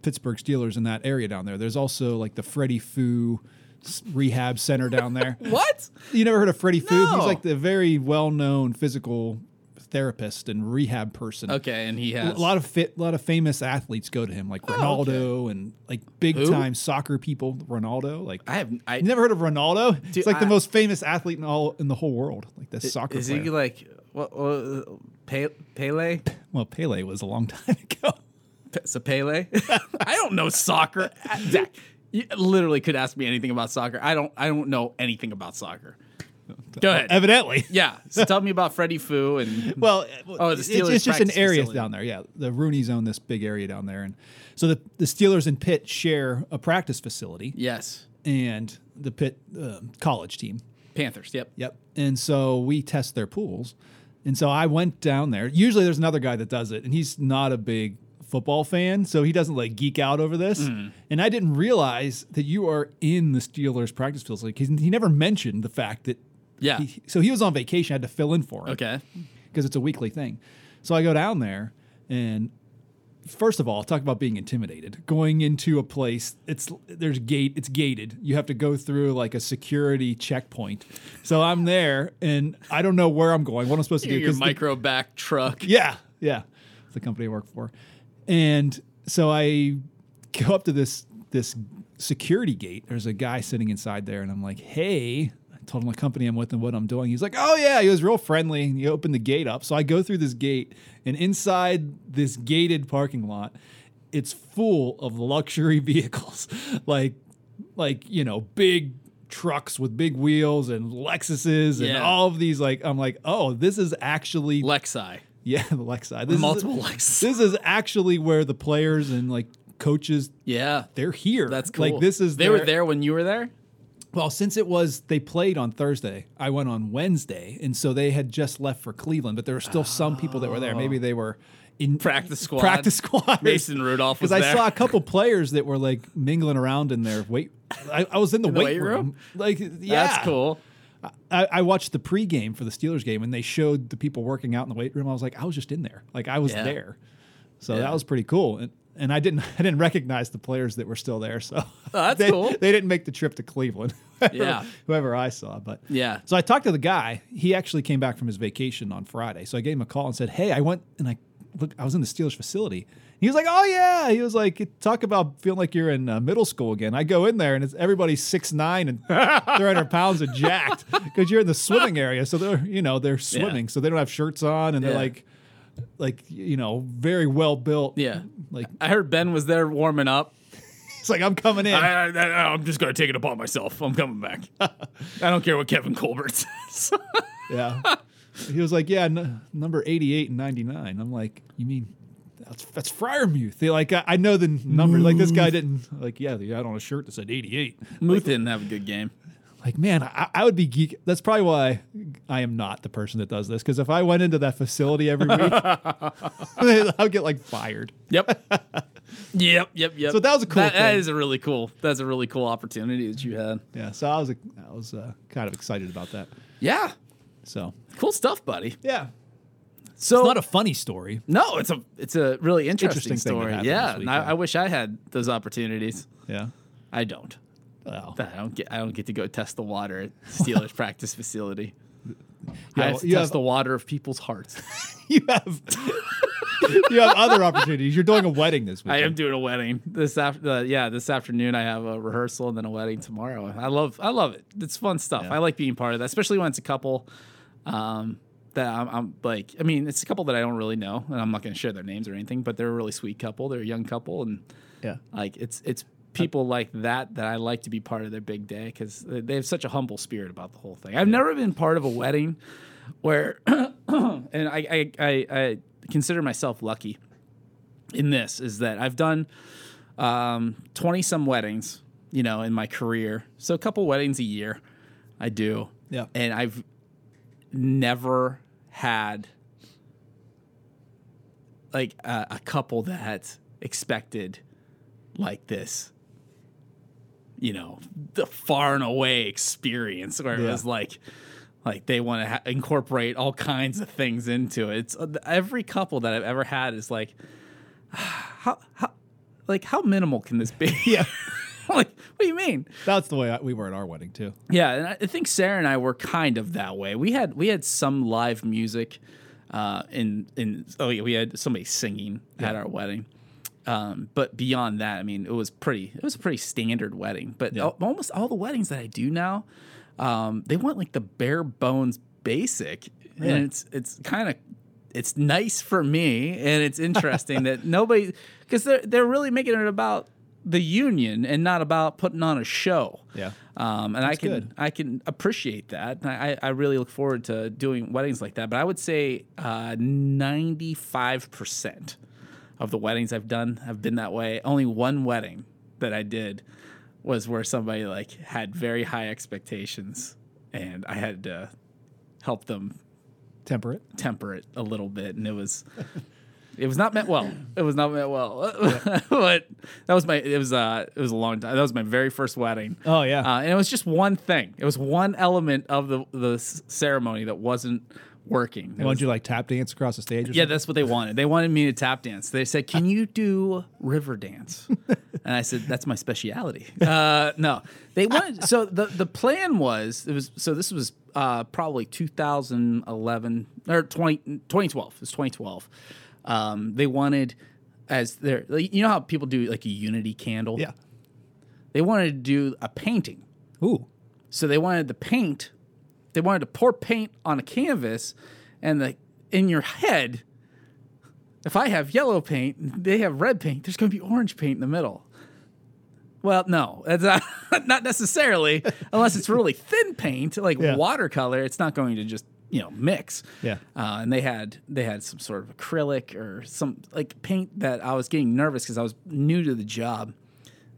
[SPEAKER 1] Pittsburgh Steelers in that area down there. There's also like the Freddie Foo s- Rehab Center down there.
[SPEAKER 2] What?
[SPEAKER 1] You never heard of Freddie Foo?
[SPEAKER 2] No.
[SPEAKER 1] He's like the very well-known physical therapist and rehab person.
[SPEAKER 2] Okay, and he has
[SPEAKER 1] a lot of fit, a lot of famous athletes go to him,
[SPEAKER 2] Oh,
[SPEAKER 1] like Ronaldo and like big time soccer people. Ronaldo, like
[SPEAKER 2] I have. I,
[SPEAKER 1] you never heard of Ronaldo? He's like the
[SPEAKER 2] I-
[SPEAKER 1] most famous athlete in all in the whole world, like this soccer
[SPEAKER 3] Is
[SPEAKER 1] player.
[SPEAKER 3] he like what? what Pe- Pele?
[SPEAKER 1] well, Pele was a long time ago.
[SPEAKER 3] Pe- So Pele?
[SPEAKER 2] I don't know soccer. Zach, you literally could ask me anything about soccer. I don't. I don't know anything about soccer. Go ahead.
[SPEAKER 1] Evidently,
[SPEAKER 2] Yeah. So tell me about Freddie Foo and
[SPEAKER 1] well,
[SPEAKER 2] Oh, the
[SPEAKER 1] it's,
[SPEAKER 2] Steelers
[SPEAKER 1] it's just an
[SPEAKER 2] practice
[SPEAKER 1] area
[SPEAKER 2] facility.
[SPEAKER 1] down there. Yeah, the Rooney's own this big area down there, and so the the Steelers and Pitt share a practice facility,
[SPEAKER 2] yes,
[SPEAKER 1] and the Pitt um, college team.
[SPEAKER 2] Panthers. Yep.
[SPEAKER 1] Yep. And so we test their pools. And so I went down there. Usually there's another guy that does it, and he's not a big football fan, so he doesn't like geek out over this.
[SPEAKER 2] Hmm.
[SPEAKER 1] And I didn't realize that you are in the Steelers practice fields. Like he's, he never mentioned the fact that.
[SPEAKER 2] Yeah.
[SPEAKER 1] he- so he was on vacation. I had to fill in for him
[SPEAKER 2] Okay.
[SPEAKER 1] because it's a weekly thing. So I go down there, and first of all, talk about being intimidated. Going into a place, it's there's gate, it's gated. You have to go through like a security checkpoint. So I'm there, and I don't know where I'm going, what I'm supposed to do.
[SPEAKER 2] Your
[SPEAKER 1] 'cause the-
[SPEAKER 2] micro back truck.
[SPEAKER 1] yeah, yeah, it's the company I work for, And so I go up to this this security gate. There's a guy sitting inside there, and I'm like, "Hey." I told him the company I'm with and what I'm doing. He's like, "Oh yeah." He was real friendly, and he opened the gate up. So I go through this gate, and inside this gated parking lot, it's full of luxury vehicles, like like you know big trucks with big wheels and Lexuses and
[SPEAKER 2] Yeah.
[SPEAKER 1] all of these. Like I'm like, "Oh, this is actually
[SPEAKER 2] Lexi.
[SPEAKER 1] yeah, the Lexi. This
[SPEAKER 2] Multiple
[SPEAKER 1] is,
[SPEAKER 2] Lexi.
[SPEAKER 1] This is actually where the players and like coaches
[SPEAKER 2] Yeah.
[SPEAKER 1] they're here.
[SPEAKER 2] That's cool.
[SPEAKER 1] Like this is
[SPEAKER 2] they
[SPEAKER 1] their-
[SPEAKER 2] were there when you were there?
[SPEAKER 1] Well, since it was they played on Thursday, I went on Wednesday, and so they had just left for Cleveland, but there were still some people that were there. Maybe they were in
[SPEAKER 2] Practice squad.
[SPEAKER 1] Practice squad.
[SPEAKER 2] Mason Rudolph was
[SPEAKER 1] Because I
[SPEAKER 2] there.
[SPEAKER 1] saw a couple players that were like mingling around in their weight. I, I was in the,
[SPEAKER 2] the
[SPEAKER 1] weight,
[SPEAKER 2] weight
[SPEAKER 1] room.
[SPEAKER 2] room?
[SPEAKER 1] Like, yeah,
[SPEAKER 2] That's cool.
[SPEAKER 1] I, I watched the pregame for the Steelers game, and they showed the people working out in the weight room. I was like, I was just in there, like I was
[SPEAKER 2] Yeah.
[SPEAKER 1] there, so that
[SPEAKER 2] Yeah.
[SPEAKER 1] was pretty cool. And and I didn't I didn't recognize the players that were still there, so
[SPEAKER 2] Oh, that's
[SPEAKER 1] they,
[SPEAKER 2] cool.
[SPEAKER 1] They didn't make the trip to Cleveland. whoever-
[SPEAKER 2] Yeah.
[SPEAKER 1] whoever I saw, but
[SPEAKER 2] Yeah.
[SPEAKER 1] So I talked to the guy. He actually came back from his vacation on Friday, so I gave him a call and said, Hey, I went and I look, I was in the Steelers facility. He was like, "Oh yeah." He was like, "Talk about feeling like you're in uh, middle school again." I go in there and it's everybody's six nine and three hundred pounds and jacked because you're in the swimming area, so they're you know they're swimming, so they don't have shirts on and they're
[SPEAKER 2] Yeah.
[SPEAKER 1] like, like you know, very well built.
[SPEAKER 2] Yeah.
[SPEAKER 1] like
[SPEAKER 2] I heard Ben was there warming up.
[SPEAKER 1] it's like I'm coming in.
[SPEAKER 2] I, I, I'm just going to take it upon myself. I'm coming back. I don't care what Kevin Colbert says.
[SPEAKER 1] yeah, he was like, "Yeah, n- number eighty eight and ninety nine. I'm like, "You mean?" That's that's Friarmouth. They like I, I know the number. Like this guy didn't like yeah. They had on a shirt that said eighty eight.
[SPEAKER 2] Muth didn't have a good game.
[SPEAKER 1] like man I, I would be geek that's probably why i am not the person that does this because if i went into that facility every week i'll get like fired
[SPEAKER 2] Yep. yep. Yep. Yep.
[SPEAKER 1] So that was a cool
[SPEAKER 2] That, that
[SPEAKER 1] thing.
[SPEAKER 2] is a really cool. That's a really cool opportunity that you had.
[SPEAKER 1] yeah so i was i was uh, kind of excited about that
[SPEAKER 2] Yeah.
[SPEAKER 1] so
[SPEAKER 2] Cool stuff, buddy.
[SPEAKER 1] yeah
[SPEAKER 2] So
[SPEAKER 1] it's not a funny story
[SPEAKER 2] no, it's a it's a really interesting,
[SPEAKER 1] Interesting thing that
[SPEAKER 2] story.
[SPEAKER 1] happened
[SPEAKER 2] yeah,
[SPEAKER 1] this
[SPEAKER 2] and I,
[SPEAKER 1] weekend.
[SPEAKER 2] I wish I had those opportunities.
[SPEAKER 1] yeah
[SPEAKER 2] I don't.
[SPEAKER 1] well,
[SPEAKER 2] I don't get. I don't get to go test the water at Steelers practice facility.
[SPEAKER 1] Yeah,
[SPEAKER 2] I have to
[SPEAKER 1] you
[SPEAKER 2] test
[SPEAKER 1] have-
[SPEAKER 2] the water of people's hearts.
[SPEAKER 1] you have you have other opportunities you're doing a wedding this week
[SPEAKER 2] I am doing a wedding this after. Uh, yeah, this afternoon I have a rehearsal and then a wedding tomorrow. I love. I love it. It's fun stuff. I like being part of that, especially when it's a couple. Um, that I'm, I'm like, I mean, it's a couple that I don't really know, and I'm not going to share their names or anything, but they're a really sweet couple. They're a young couple, and
[SPEAKER 1] yeah
[SPEAKER 2] like it's it's people like that that I like to be part of their big day because they have such a humble spirit about the whole thing. I've never been part of a wedding where, and I I, I I consider myself lucky in this is that I've done um, twenty some weddings, you know, in my career. So a couple weddings a year, I do.
[SPEAKER 1] Yeah.
[SPEAKER 2] and I've never had like a, a couple that expected like this you know the far and away experience where
[SPEAKER 1] Yeah.
[SPEAKER 2] it was like like they want to ha- incorporate all kinds of things into it it's uh, every couple that i've ever had is like how how like how minimal can this be
[SPEAKER 1] yeah
[SPEAKER 2] like what do you mean
[SPEAKER 1] that's the way I, we were at our wedding too
[SPEAKER 2] yeah, and I I think Sarah and I were kind of that way. We had we had some live music, uh, in in oh yeah, we had somebody singing at our wedding. Um, but beyond that, I mean, it was pretty. It was a pretty standard wedding. But al- almost all the weddings that I do now, um, they want like the bare bones basic, and it's it's kind of it's nice for me, and it's interesting that nobody because they're they're really making it about the union and not about putting on a show.
[SPEAKER 1] Yeah.
[SPEAKER 2] Um, and I can
[SPEAKER 1] good.
[SPEAKER 2] I can appreciate that. And I, I really look forward to doing weddings like that. But I would say ninety five percent of the weddings I've done have been that way. Only one wedding that I did was where somebody like had very high expectations, and I had to help them
[SPEAKER 1] temperate
[SPEAKER 2] temper it a little bit, and it was. It was not meant well. It was not meant well. but that was my. It was uh. It was a long time. That was my very first wedding.
[SPEAKER 1] oh yeah
[SPEAKER 2] Uh, and it was just one thing. It was one element of the the s- ceremony that wasn't working. It
[SPEAKER 1] why don't
[SPEAKER 2] was-
[SPEAKER 1] you like tap dance across the stage or
[SPEAKER 2] yeah, that's what they wanted. They wanted me to tap dance. They said, "Can you do river dance?" and I said, "That's my specialty." Uh, no, they wanted. So the the plan was it was so this was uh, probably 2011 or 20, 2012. It was 2012. Um, they wanted as their like, you know how people do like a unity candle.
[SPEAKER 1] Yeah.
[SPEAKER 2] They wanted to do a painting.
[SPEAKER 1] Ooh.
[SPEAKER 2] So they wanted to paint. They wanted to pour paint on a canvas, and the in your head, if I have yellow paint, they have red paint. There's going to be orange paint in the middle. Well, no, that's not, not necessarily, unless it's really thin paint, like
[SPEAKER 1] Yeah.
[SPEAKER 2] watercolor. It's not going to just you know mix.
[SPEAKER 1] Yeah.
[SPEAKER 2] Uh, and they had they had some sort of acrylic or some like paint that I was getting nervous because I was new to the job,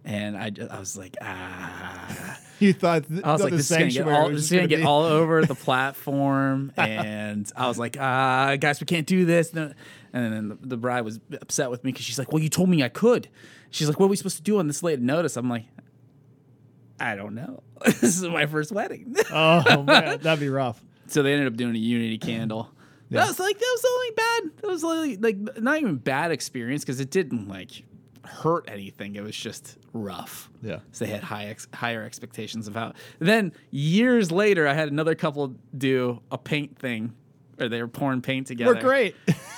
[SPEAKER 2] and I ju- I was like ah.
[SPEAKER 1] You thought th-
[SPEAKER 2] I was
[SPEAKER 1] thought
[SPEAKER 2] like,
[SPEAKER 1] the
[SPEAKER 2] this is gonna get
[SPEAKER 1] sanctuary
[SPEAKER 2] all,
[SPEAKER 1] was
[SPEAKER 2] this
[SPEAKER 1] just
[SPEAKER 2] is gonna
[SPEAKER 1] gonna
[SPEAKER 2] get
[SPEAKER 1] be-
[SPEAKER 2] all over the platform, and I was like, uh, guys, we can't do this. No. And then the, the bride was upset with me because she's like, well, you told me I could. She's like, what are we supposed to do on this late notice? I'm like, I don't know. this is my first wedding,
[SPEAKER 1] Oh man, that'd be rough.
[SPEAKER 2] so they ended up doing a unity candle. That was like that was the only bad. That was only like not even bad experience because it didn't like hurt anything. It was just rough.
[SPEAKER 1] Yeah.
[SPEAKER 2] So they had high ex- higher expectations of how. Then years later, I had another couple do a paint thing, or they were pouring paint together.
[SPEAKER 1] We're great.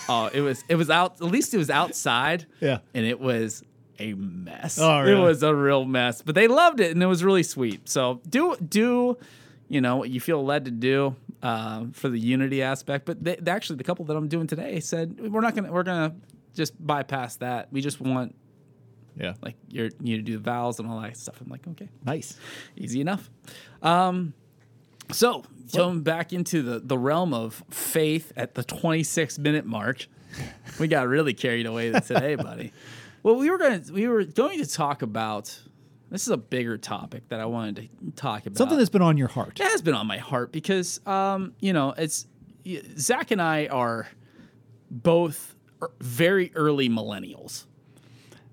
[SPEAKER 2] Oh, it was it was out. At least it was outside.
[SPEAKER 1] Yeah.
[SPEAKER 2] And it was a mess.
[SPEAKER 1] Oh,
[SPEAKER 2] It
[SPEAKER 1] really?
[SPEAKER 2] was a real mess. But they loved it, and it was really sweet. So do do, you know, what you feel led to do um, for the unity aspect. But they, they- actually, the couple that I'm doing today said we're not gonna we're gonna just bypass that. We just want
[SPEAKER 1] yeah.
[SPEAKER 2] like your you to do the vows and all that stuff. I'm like, okay,
[SPEAKER 1] Nice.
[SPEAKER 2] easy enough. Um, so going back into the, the realm of faith at the 26 minute mark, we got really carried away today, buddy. Well, we were going to we were going to talk about this is a bigger topic that I wanted to talk about.
[SPEAKER 1] Something that's been on your heart.
[SPEAKER 2] It has been on my heart because, um, you know, it's y- Zach and I are both er- very early millennials.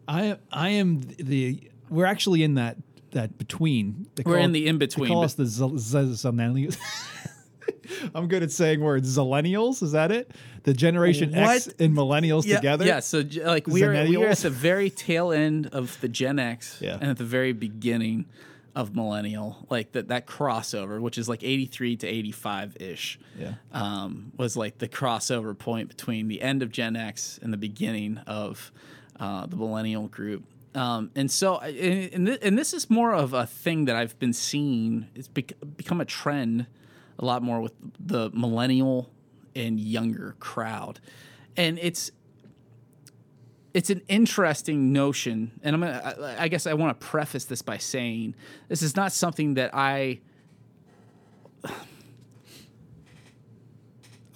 [SPEAKER 1] I I am the we're actually in that that between. They
[SPEAKER 2] We're
[SPEAKER 1] call-
[SPEAKER 2] in the in
[SPEAKER 1] They
[SPEAKER 2] between.
[SPEAKER 1] call us the zel- zel- zellennials. I'm good at saying words. Zillennials, is that it? The Generation X
[SPEAKER 2] What?
[SPEAKER 1] and millennials together.
[SPEAKER 2] Yeah, so j- like we are, we are at
[SPEAKER 1] Zennials?
[SPEAKER 2] the very tail end of the Gen X
[SPEAKER 1] Yeah.
[SPEAKER 2] and at the very beginning of millennial, like that that crossover, which is like 83 to 85 ish,
[SPEAKER 1] Yeah.
[SPEAKER 2] um, was like the crossover point between the end of Gen X and the beginning of uh, the millennial group. Um, and so, I- and, and, thi- and this is more of a thing that I've been seeing. It's bec- become a trend a lot more with the millennial and younger crowd. And it's it's an interesting notion, and I'm gonna. I, I guess I want to preface this by saying this is not something that I. I-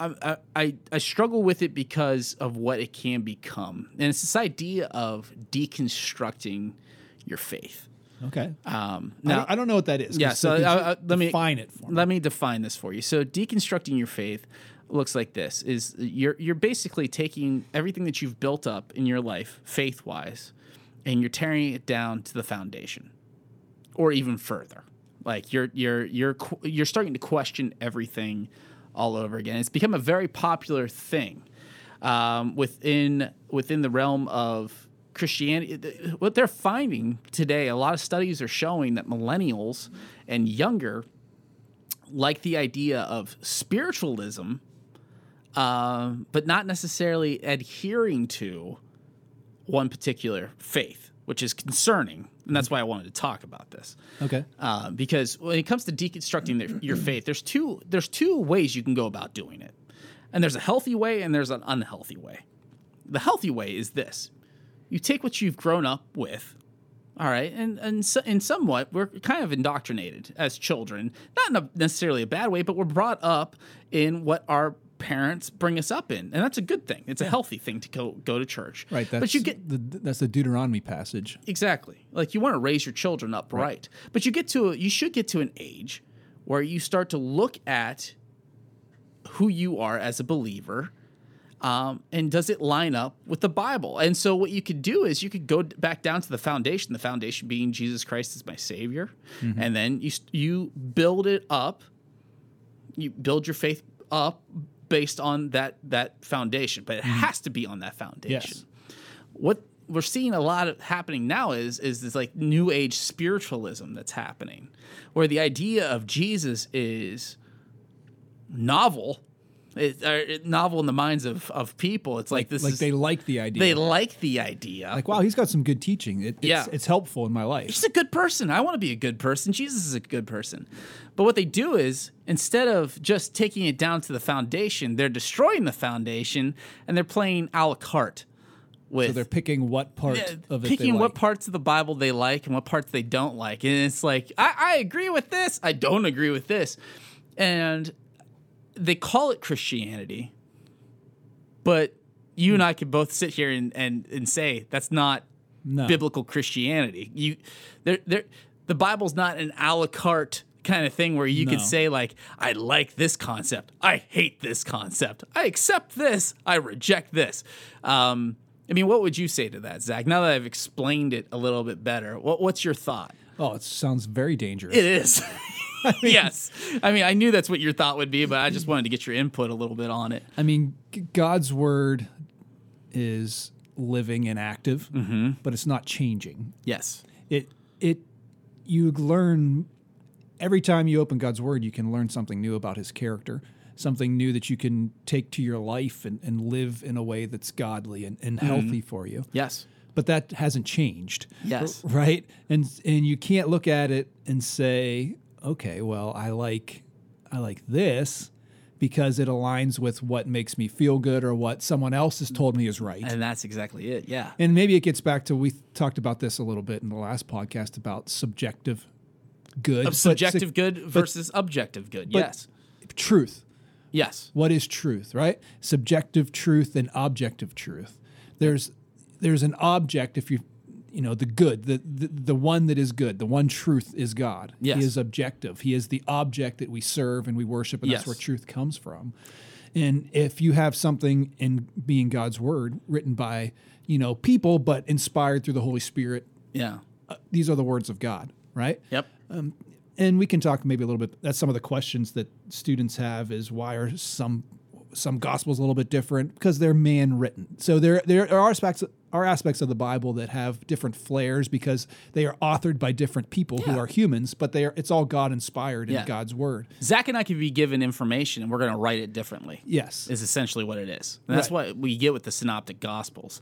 [SPEAKER 2] I, I, I struggle with it because of what it can become. And it's this idea of deconstructing your faith.
[SPEAKER 1] Okay.
[SPEAKER 2] Um,
[SPEAKER 1] I,
[SPEAKER 2] now,
[SPEAKER 1] don't, I don't know what that is.
[SPEAKER 2] yeah,
[SPEAKER 1] Could-
[SPEAKER 2] so
[SPEAKER 1] could
[SPEAKER 2] I-
[SPEAKER 1] you
[SPEAKER 2] I- let me-
[SPEAKER 1] define it for me.
[SPEAKER 2] let me define this for you. So deconstructing your faith looks like this: is you're you're basically taking everything that you've built up in your life, faith wise, and you're tearing it down to the foundation, or even further. Like you're you're you're qu- you're starting to question everything all over again. It's become a very popular thing um, within within the realm of Christianity. th- What they're finding today, a lot of studies are showing that millennials and younger like the idea of spiritualism, um, but not necessarily adhering to one particular faith, which is concerning. And that's why I wanted to talk about this.
[SPEAKER 1] Okay.
[SPEAKER 2] Uh, because when it comes to deconstructing their, your faith, there's two there's two ways you can go about doing it, and there's a healthy way and there's an unhealthy way. The healthy way is this: you take what you've grown up with, all right, and and so, and somewhat we're kind of indoctrinated as children, not in a, necessarily a bad way, but we're brought up in what our parents bring us up in, and that's a good thing. It's a healthy thing to go go to church,
[SPEAKER 1] Right. That's,
[SPEAKER 2] but you get
[SPEAKER 1] the, that's the Deuteronomy passage.
[SPEAKER 2] Exactly. Like you want to raise your children up right. But you get to a, you should get to an age where you start to look at who you are as a believer um, and does it line up with the Bible? And so, what you could do is you could go d- back down to the foundation, the foundation being Jesus Christ is my Savior, and then you st- you build it up, you build your faith up based on that that foundation, but it has to be on that foundation. What we're seeing a lot of happening now is is this like new age spiritualism that's happening, where the idea of Jesus is novel It, or, it- novel in the minds of, of people. It's like, this
[SPEAKER 1] like
[SPEAKER 2] is
[SPEAKER 1] they
[SPEAKER 2] they,
[SPEAKER 1] like the idea.
[SPEAKER 2] like the idea.
[SPEAKER 1] like wow, he's got some good teaching. It, it's,
[SPEAKER 2] Yeah.
[SPEAKER 1] it's helpful in my life.
[SPEAKER 2] She's a good person. I want to be a good person. Jesus is a good person. But what they do is instead of just taking it down to the foundation, they're destroying the foundation and they're playing a la carte with
[SPEAKER 1] So they're picking what part
[SPEAKER 2] Yeah,
[SPEAKER 1] of it
[SPEAKER 2] picking
[SPEAKER 1] they like.
[SPEAKER 2] what parts of the Bible they like and what parts they don't like. And it's like, I, I agree with this, I don't agree with this. And they call it Christianity, but you and I could both sit here and, and, and say that's not
[SPEAKER 1] No.
[SPEAKER 2] biblical Christianity. You, there, there, the Bible's not an a la carte kind of thing where you could
[SPEAKER 1] No.
[SPEAKER 2] say like, I like this concept, I hate this concept, I accept this, I reject this. Um, I mean, what would you say to that, Zach? Now that I've explained it a little bit better, what, what's your thought?
[SPEAKER 1] oh, it sounds very dangerous.
[SPEAKER 2] It is. yes. I mean, I knew that's what your thought would be, but I just wanted to get your input a little bit on it.
[SPEAKER 1] I mean, g- God's word is living and active,
[SPEAKER 2] Mm-hmm.
[SPEAKER 1] but it's not changing.
[SPEAKER 2] Yes.
[SPEAKER 1] It it you learn every time you open God's word, you can learn something new about his character, something new that you can take to your life and, and live in a way that's godly and, and healthy for you.
[SPEAKER 2] Yes.
[SPEAKER 1] But that hasn't changed.
[SPEAKER 2] Yes.
[SPEAKER 1] r- Right? And and you can't look at it and say, okay, well, I like I like this because it aligns with what makes me feel good or what someone else has told me is right.
[SPEAKER 2] And that's exactly it. Yeah.
[SPEAKER 1] And maybe it gets back to we talked about this a little bit in the last podcast about subjective good, but
[SPEAKER 2] Subjective
[SPEAKER 1] sec-
[SPEAKER 2] good versus objective good. yes.
[SPEAKER 1] truth.
[SPEAKER 2] Yes.
[SPEAKER 1] What is truth, right? Subjective truth and objective truth. There's there's an object if you you know the good, the, the the one that is good, the one truth is God.
[SPEAKER 2] Yes.
[SPEAKER 1] He is objective. He is the object that we serve and we worship, and
[SPEAKER 2] Yes.
[SPEAKER 1] that's where truth comes from. And if you have something in being God's word written by you know people, but inspired through the Holy Spirit,
[SPEAKER 2] Yeah.
[SPEAKER 1] uh, these are the words of God, right?
[SPEAKER 2] Yep.
[SPEAKER 1] and we can talk maybe a little bit that's some of the questions that students have is why are some some gospels a little bit different because they're man written so there there are aspects are aspects of the bible that have different flares because they are authored by different people who are humans but they are it's all god inspired in
[SPEAKER 2] Yeah.
[SPEAKER 1] god's word
[SPEAKER 2] Zach and I could be given information and we're going to write it differently.
[SPEAKER 1] yes
[SPEAKER 2] Is essentially what it is. And that's what we get with the synoptic gospels,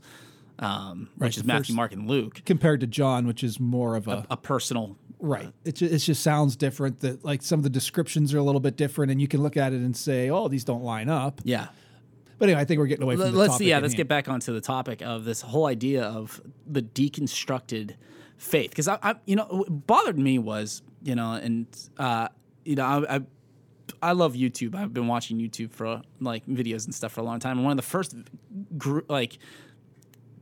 [SPEAKER 2] um, which is
[SPEAKER 1] the
[SPEAKER 2] Matthew,
[SPEAKER 1] first-
[SPEAKER 2] Mark, and Luke.
[SPEAKER 1] compared to john which is more of a
[SPEAKER 2] A personal.
[SPEAKER 1] right it just, it just sounds different that like some of the descriptions are a little bit different and you can look at it and say oh these don't line up
[SPEAKER 2] Yeah.
[SPEAKER 1] but anyway i think we're getting away from the
[SPEAKER 2] let's
[SPEAKER 1] topic
[SPEAKER 2] yeah
[SPEAKER 1] at
[SPEAKER 2] let's
[SPEAKER 1] hand.
[SPEAKER 2] get back onto the topic of this whole idea of the deconstructed faith because I, I you know what bothered me was you know and uh you know I, I I love YouTube I've been watching YouTube for like videos and stuff for a long time and one of the first group like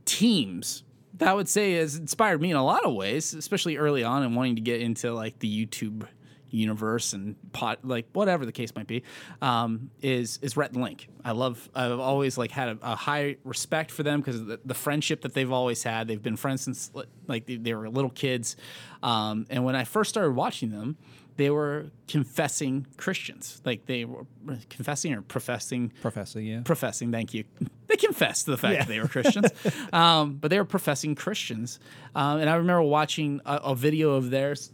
[SPEAKER 2] teams that I would say has inspired me in a lot of ways, especially early on and wanting to get into like the YouTube universe and pot like whatever the case might be um is is Rhett and Link. I love I've always like had a, a high respect for them because the, the friendship that they've always had. They've been friends since like they, they were little kids. Um and when I first started watching them, they were confessing Christians. Like they were confessing or professing
[SPEAKER 1] professing yeah
[SPEAKER 2] professing. Thank you. They confessed to the fact that they were Christians, um, but they were professing Christians. Um, and I remember watching a, a video of theirs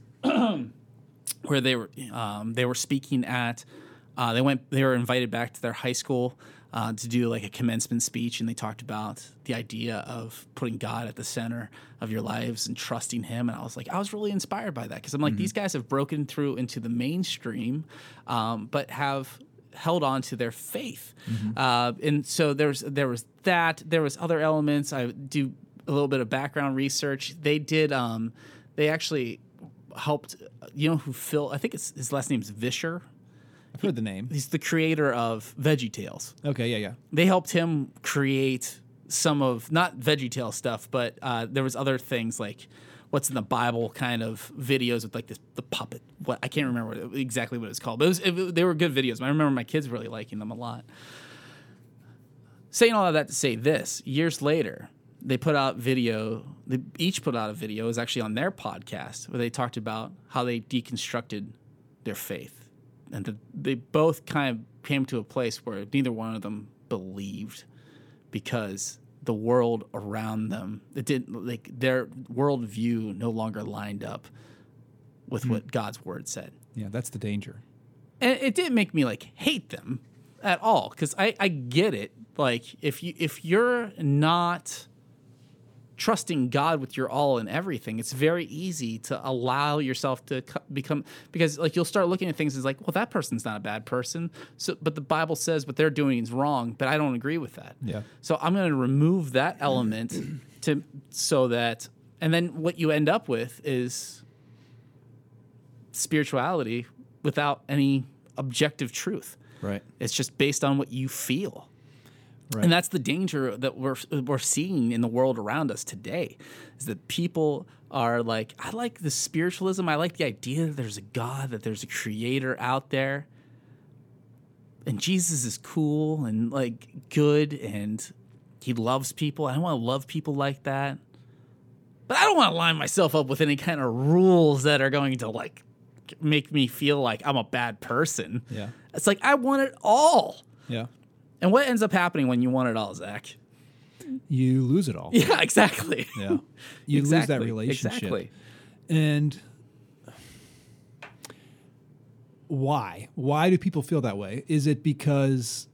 [SPEAKER 2] where they were um, they were speaking at. Uh, they went. They were invited back to their high school uh, to do like a commencement speech, and they talked about the idea of putting God at the center of your lives and trusting Him. And I was like, I was really inspired by that because I'm like, these guys have broken through into the mainstream, um, but have held on to their faith. Uh, and so there's there was that. There was other elements. I do a little bit of background research. They did. Um, they actually helped. You know who Phil? I think it's, his last name's Vischer.
[SPEAKER 1] i've heard the name
[SPEAKER 2] He's the creator of Veggie Tales
[SPEAKER 1] okay yeah yeah
[SPEAKER 2] they helped him create some of not VeggieTale stuff, but uh, there was other things like what's in the Bible kind of videos with like this, the puppet. What I can't remember what it- exactly what it's called, but it was, it, they were good videos. I remember my kids really liking them a lot. Saying all of that to say this, years later, they put out video. They each put out a video. It was actually on their podcast where they talked about how they deconstructed their faith and the, they both kind of came to a place where neither one of them believed because the world around them it didn't like their worldview no longer lined up with what god's word said
[SPEAKER 1] Yeah, that's the danger.
[SPEAKER 2] and it didn't make me like hate them at all because I, I get it. Like if you if you're not trusting God with your all and everything, it's very easy to allow yourself to co- become because like you'll start looking at things as like, well, that person's not a bad person. So, but the Bible says what they're doing is wrong, but I don't agree with that.
[SPEAKER 1] Yeah.
[SPEAKER 2] So I'm going to remove that element to so that, and then what you end up with is spirituality without any objective truth.
[SPEAKER 1] Right.
[SPEAKER 2] It's just based on what you feel.
[SPEAKER 1] Right.
[SPEAKER 2] And that's the danger that we're we're seeing in the world around us today is that people are like, I like the spiritualism, I like the idea that there's a God, that there's a creator out there. And Jesus is cool and like good and he loves people. I want to love people like that. But I don't want to line myself up with any kind of rules that are going to like make me feel like I'm a bad person.
[SPEAKER 1] Yeah.
[SPEAKER 2] It's like I want it all.
[SPEAKER 1] Yeah.
[SPEAKER 2] And what ends up happening when you want it all, Zach?
[SPEAKER 1] You lose it all.
[SPEAKER 2] Yeah, exactly.
[SPEAKER 1] Yeah. You lose that
[SPEAKER 2] Exactly,
[SPEAKER 1] relationship.
[SPEAKER 2] Exactly.
[SPEAKER 1] And why? Why do people feel that way? Is it because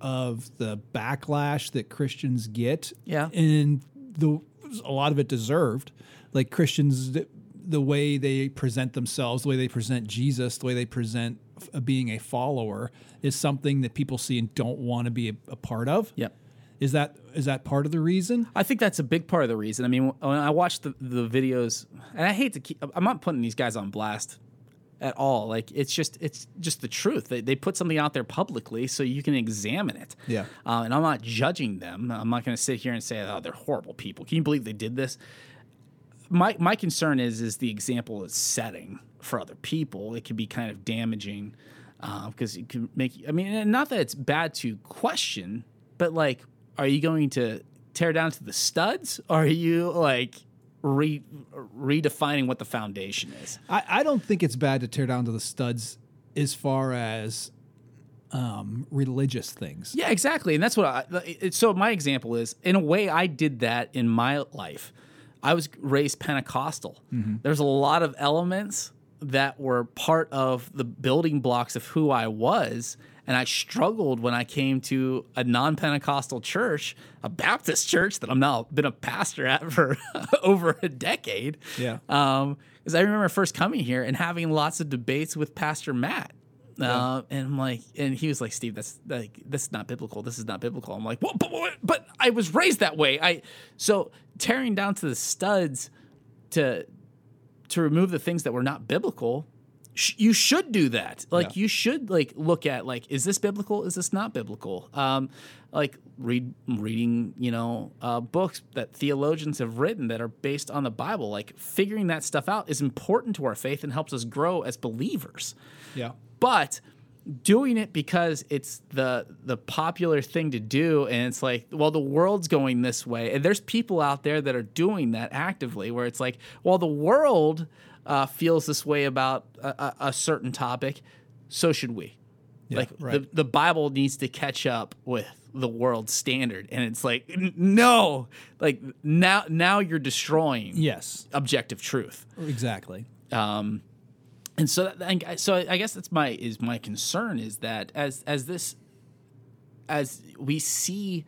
[SPEAKER 1] of the backlash that Christians get?
[SPEAKER 2] Yeah.
[SPEAKER 1] And the a lot of it deserved. Like Christians th- the way they present themselves, the way they present Jesus, the way they present f- uh, being a follower is something that people see and don't want to be a, a part of.
[SPEAKER 2] Yep.
[SPEAKER 1] Is that is that part of the reason?
[SPEAKER 2] I think that's a big part of the reason. I mean, when I watch the, the videos, and I hate to keep, I'm not putting these guys on blast at all. Like it's just, it's just the truth. They, they put something out there publicly so you can examine it.
[SPEAKER 1] Yeah.
[SPEAKER 2] Uh, and I'm not judging them. I'm not going to sit here and say, oh, they're horrible people. Can you believe they did this? my my concern is is the example it's setting for other people. It can be kind of damaging because it can make. I mean, and not that it's bad to question, but like, are you going to tear down to the studs? Or are you like re redefining what the foundation is?
[SPEAKER 1] I, I don't think it's bad to tear down to the studs as far as um, religious things.
[SPEAKER 2] Yeah, exactly. And that's what I. It, so my example is, in a way, I did that in my life. I was raised Pentecostal. There's a lot of elements that were part of the building blocks of who I was. And I struggled when I came to a non Pentecostal church, a Baptist church that I'm now been a pastor at for over a decade.
[SPEAKER 1] Yeah.
[SPEAKER 2] Um, because I remember first coming here and having lots of debates with Pastor Matt. Uh, and I'm like, and he was like, Steve, that's like, that's not biblical. This is not biblical. I'm like, well, but, but, but I was raised that way. I so tearing down to the studs to to remove the things that were not biblical. Sh- you should do that. Like,
[SPEAKER 1] Yeah.
[SPEAKER 2] you should like look at like, is this biblical? Is this not biblical? Um, like read reading, you know, uh, books that theologians have written that are based on the Bible. Like figuring that stuff out is important to our faith and helps us grow as believers
[SPEAKER 1] Yeah.
[SPEAKER 2] but doing it because it's the the popular thing to do and it's like well the world's going this way and there's people out there that are doing that actively where it's like well the world uh, feels this way about a, a, a certain topic so should we like the,
[SPEAKER 1] right.
[SPEAKER 2] the bible needs to catch up with the world's standard and it's like n- no like now now you're destroying
[SPEAKER 1] Yes.
[SPEAKER 2] objective truth
[SPEAKER 1] Exactly.
[SPEAKER 2] um, and so that, and I- so I guess that's my is my concern is that as as this as we see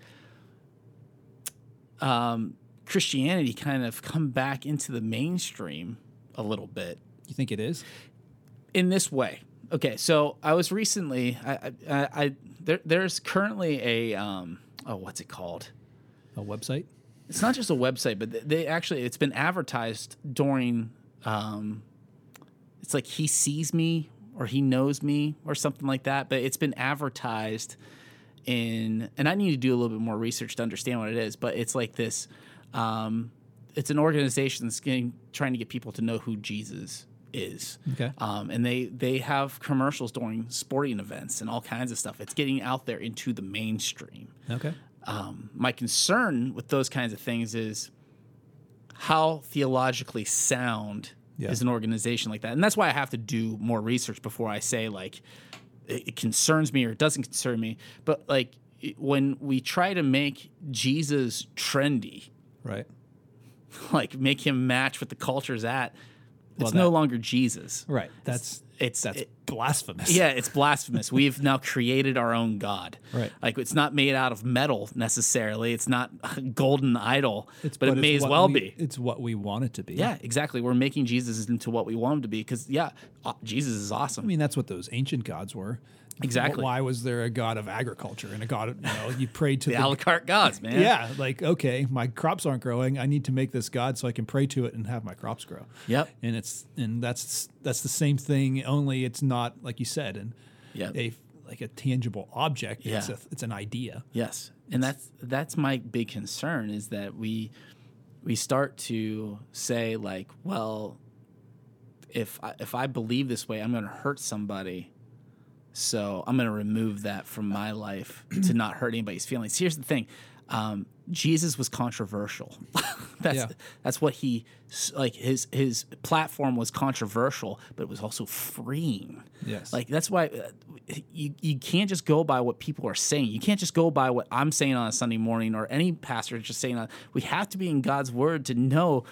[SPEAKER 2] um, Christianity kind of come back into the mainstream a little bit
[SPEAKER 1] You think it is?
[SPEAKER 2] in this way. Okay, so I was recently I I, I I- there there's currently a um oh what's it called
[SPEAKER 1] A website?
[SPEAKER 2] it's not just a website, but they- they actually it's been advertised during. Um, it's like he sees me or he knows me or something like that. But it's been advertised in, and I need to do a little bit more research to understand what it is. But it's like this. Um, it's an organization that's getting, trying to get people to know who Jesus is.
[SPEAKER 1] Okay.
[SPEAKER 2] Um, and they they have commercials during sporting events and all kinds of stuff. It's getting out there into the mainstream
[SPEAKER 1] Okay.
[SPEAKER 2] um, my concern with those kinds of things is how theologically sound
[SPEAKER 1] Yeah.
[SPEAKER 2] is an organization like that and that's why i have to do more research before i say like it, it concerns me or it doesn't concern me but like it- when we try to make jesus trendy
[SPEAKER 1] Right.
[SPEAKER 2] like make him match what the culture's at it's
[SPEAKER 1] that-
[SPEAKER 2] no longer Jesus.
[SPEAKER 1] Right. That's
[SPEAKER 2] It's
[SPEAKER 1] that's
[SPEAKER 2] it-
[SPEAKER 1] blasphemous.
[SPEAKER 2] yeah, it's blasphemous. We've now created our own god.
[SPEAKER 1] Right.
[SPEAKER 2] Like it's not made out of metal necessarily. It's not a golden idol,
[SPEAKER 1] It's,
[SPEAKER 2] but, it may
[SPEAKER 1] it's
[SPEAKER 2] as
[SPEAKER 1] what
[SPEAKER 2] well
[SPEAKER 1] we-
[SPEAKER 2] be.
[SPEAKER 1] It's what we want it to be.
[SPEAKER 2] Yeah, exactly. We're making Jesus into what we want him to be because yeah, uh, Jesus is awesome.
[SPEAKER 1] I mean, that's what those ancient gods were.
[SPEAKER 2] Exactly.
[SPEAKER 1] Why was there a god of agriculture and a god of, you know, you prayed to
[SPEAKER 2] the
[SPEAKER 1] the,
[SPEAKER 2] a la carte gods, man.
[SPEAKER 1] Yeah, like okay, my crops aren't growing. I need to make this god so I can pray to it and have my crops grow.
[SPEAKER 2] Yep.
[SPEAKER 1] And it's and that's that's the same thing. Only it's not like you said, and
[SPEAKER 2] Yep.
[SPEAKER 1] a like a tangible object. It's
[SPEAKER 2] Yeah.
[SPEAKER 1] a, it's an idea.
[SPEAKER 2] Yes, and that's that's my big concern is that we we start to say like, well, if I, if I believe this way, I'm going to hurt somebody, so I'm going to remove that from my life to not hurt anybody's feelings. Here's the thing. Um, Jesus was controversial. that's
[SPEAKER 1] Yeah.
[SPEAKER 2] that's what he s- like his his platform was controversial, but it was also freeing.
[SPEAKER 1] Yes.
[SPEAKER 2] Like that's why uh, you you can't just go by what people are saying. You can't just go by what I'm saying on a Sunday morning or any pastor is just saying. On, we have to be in God's word to know,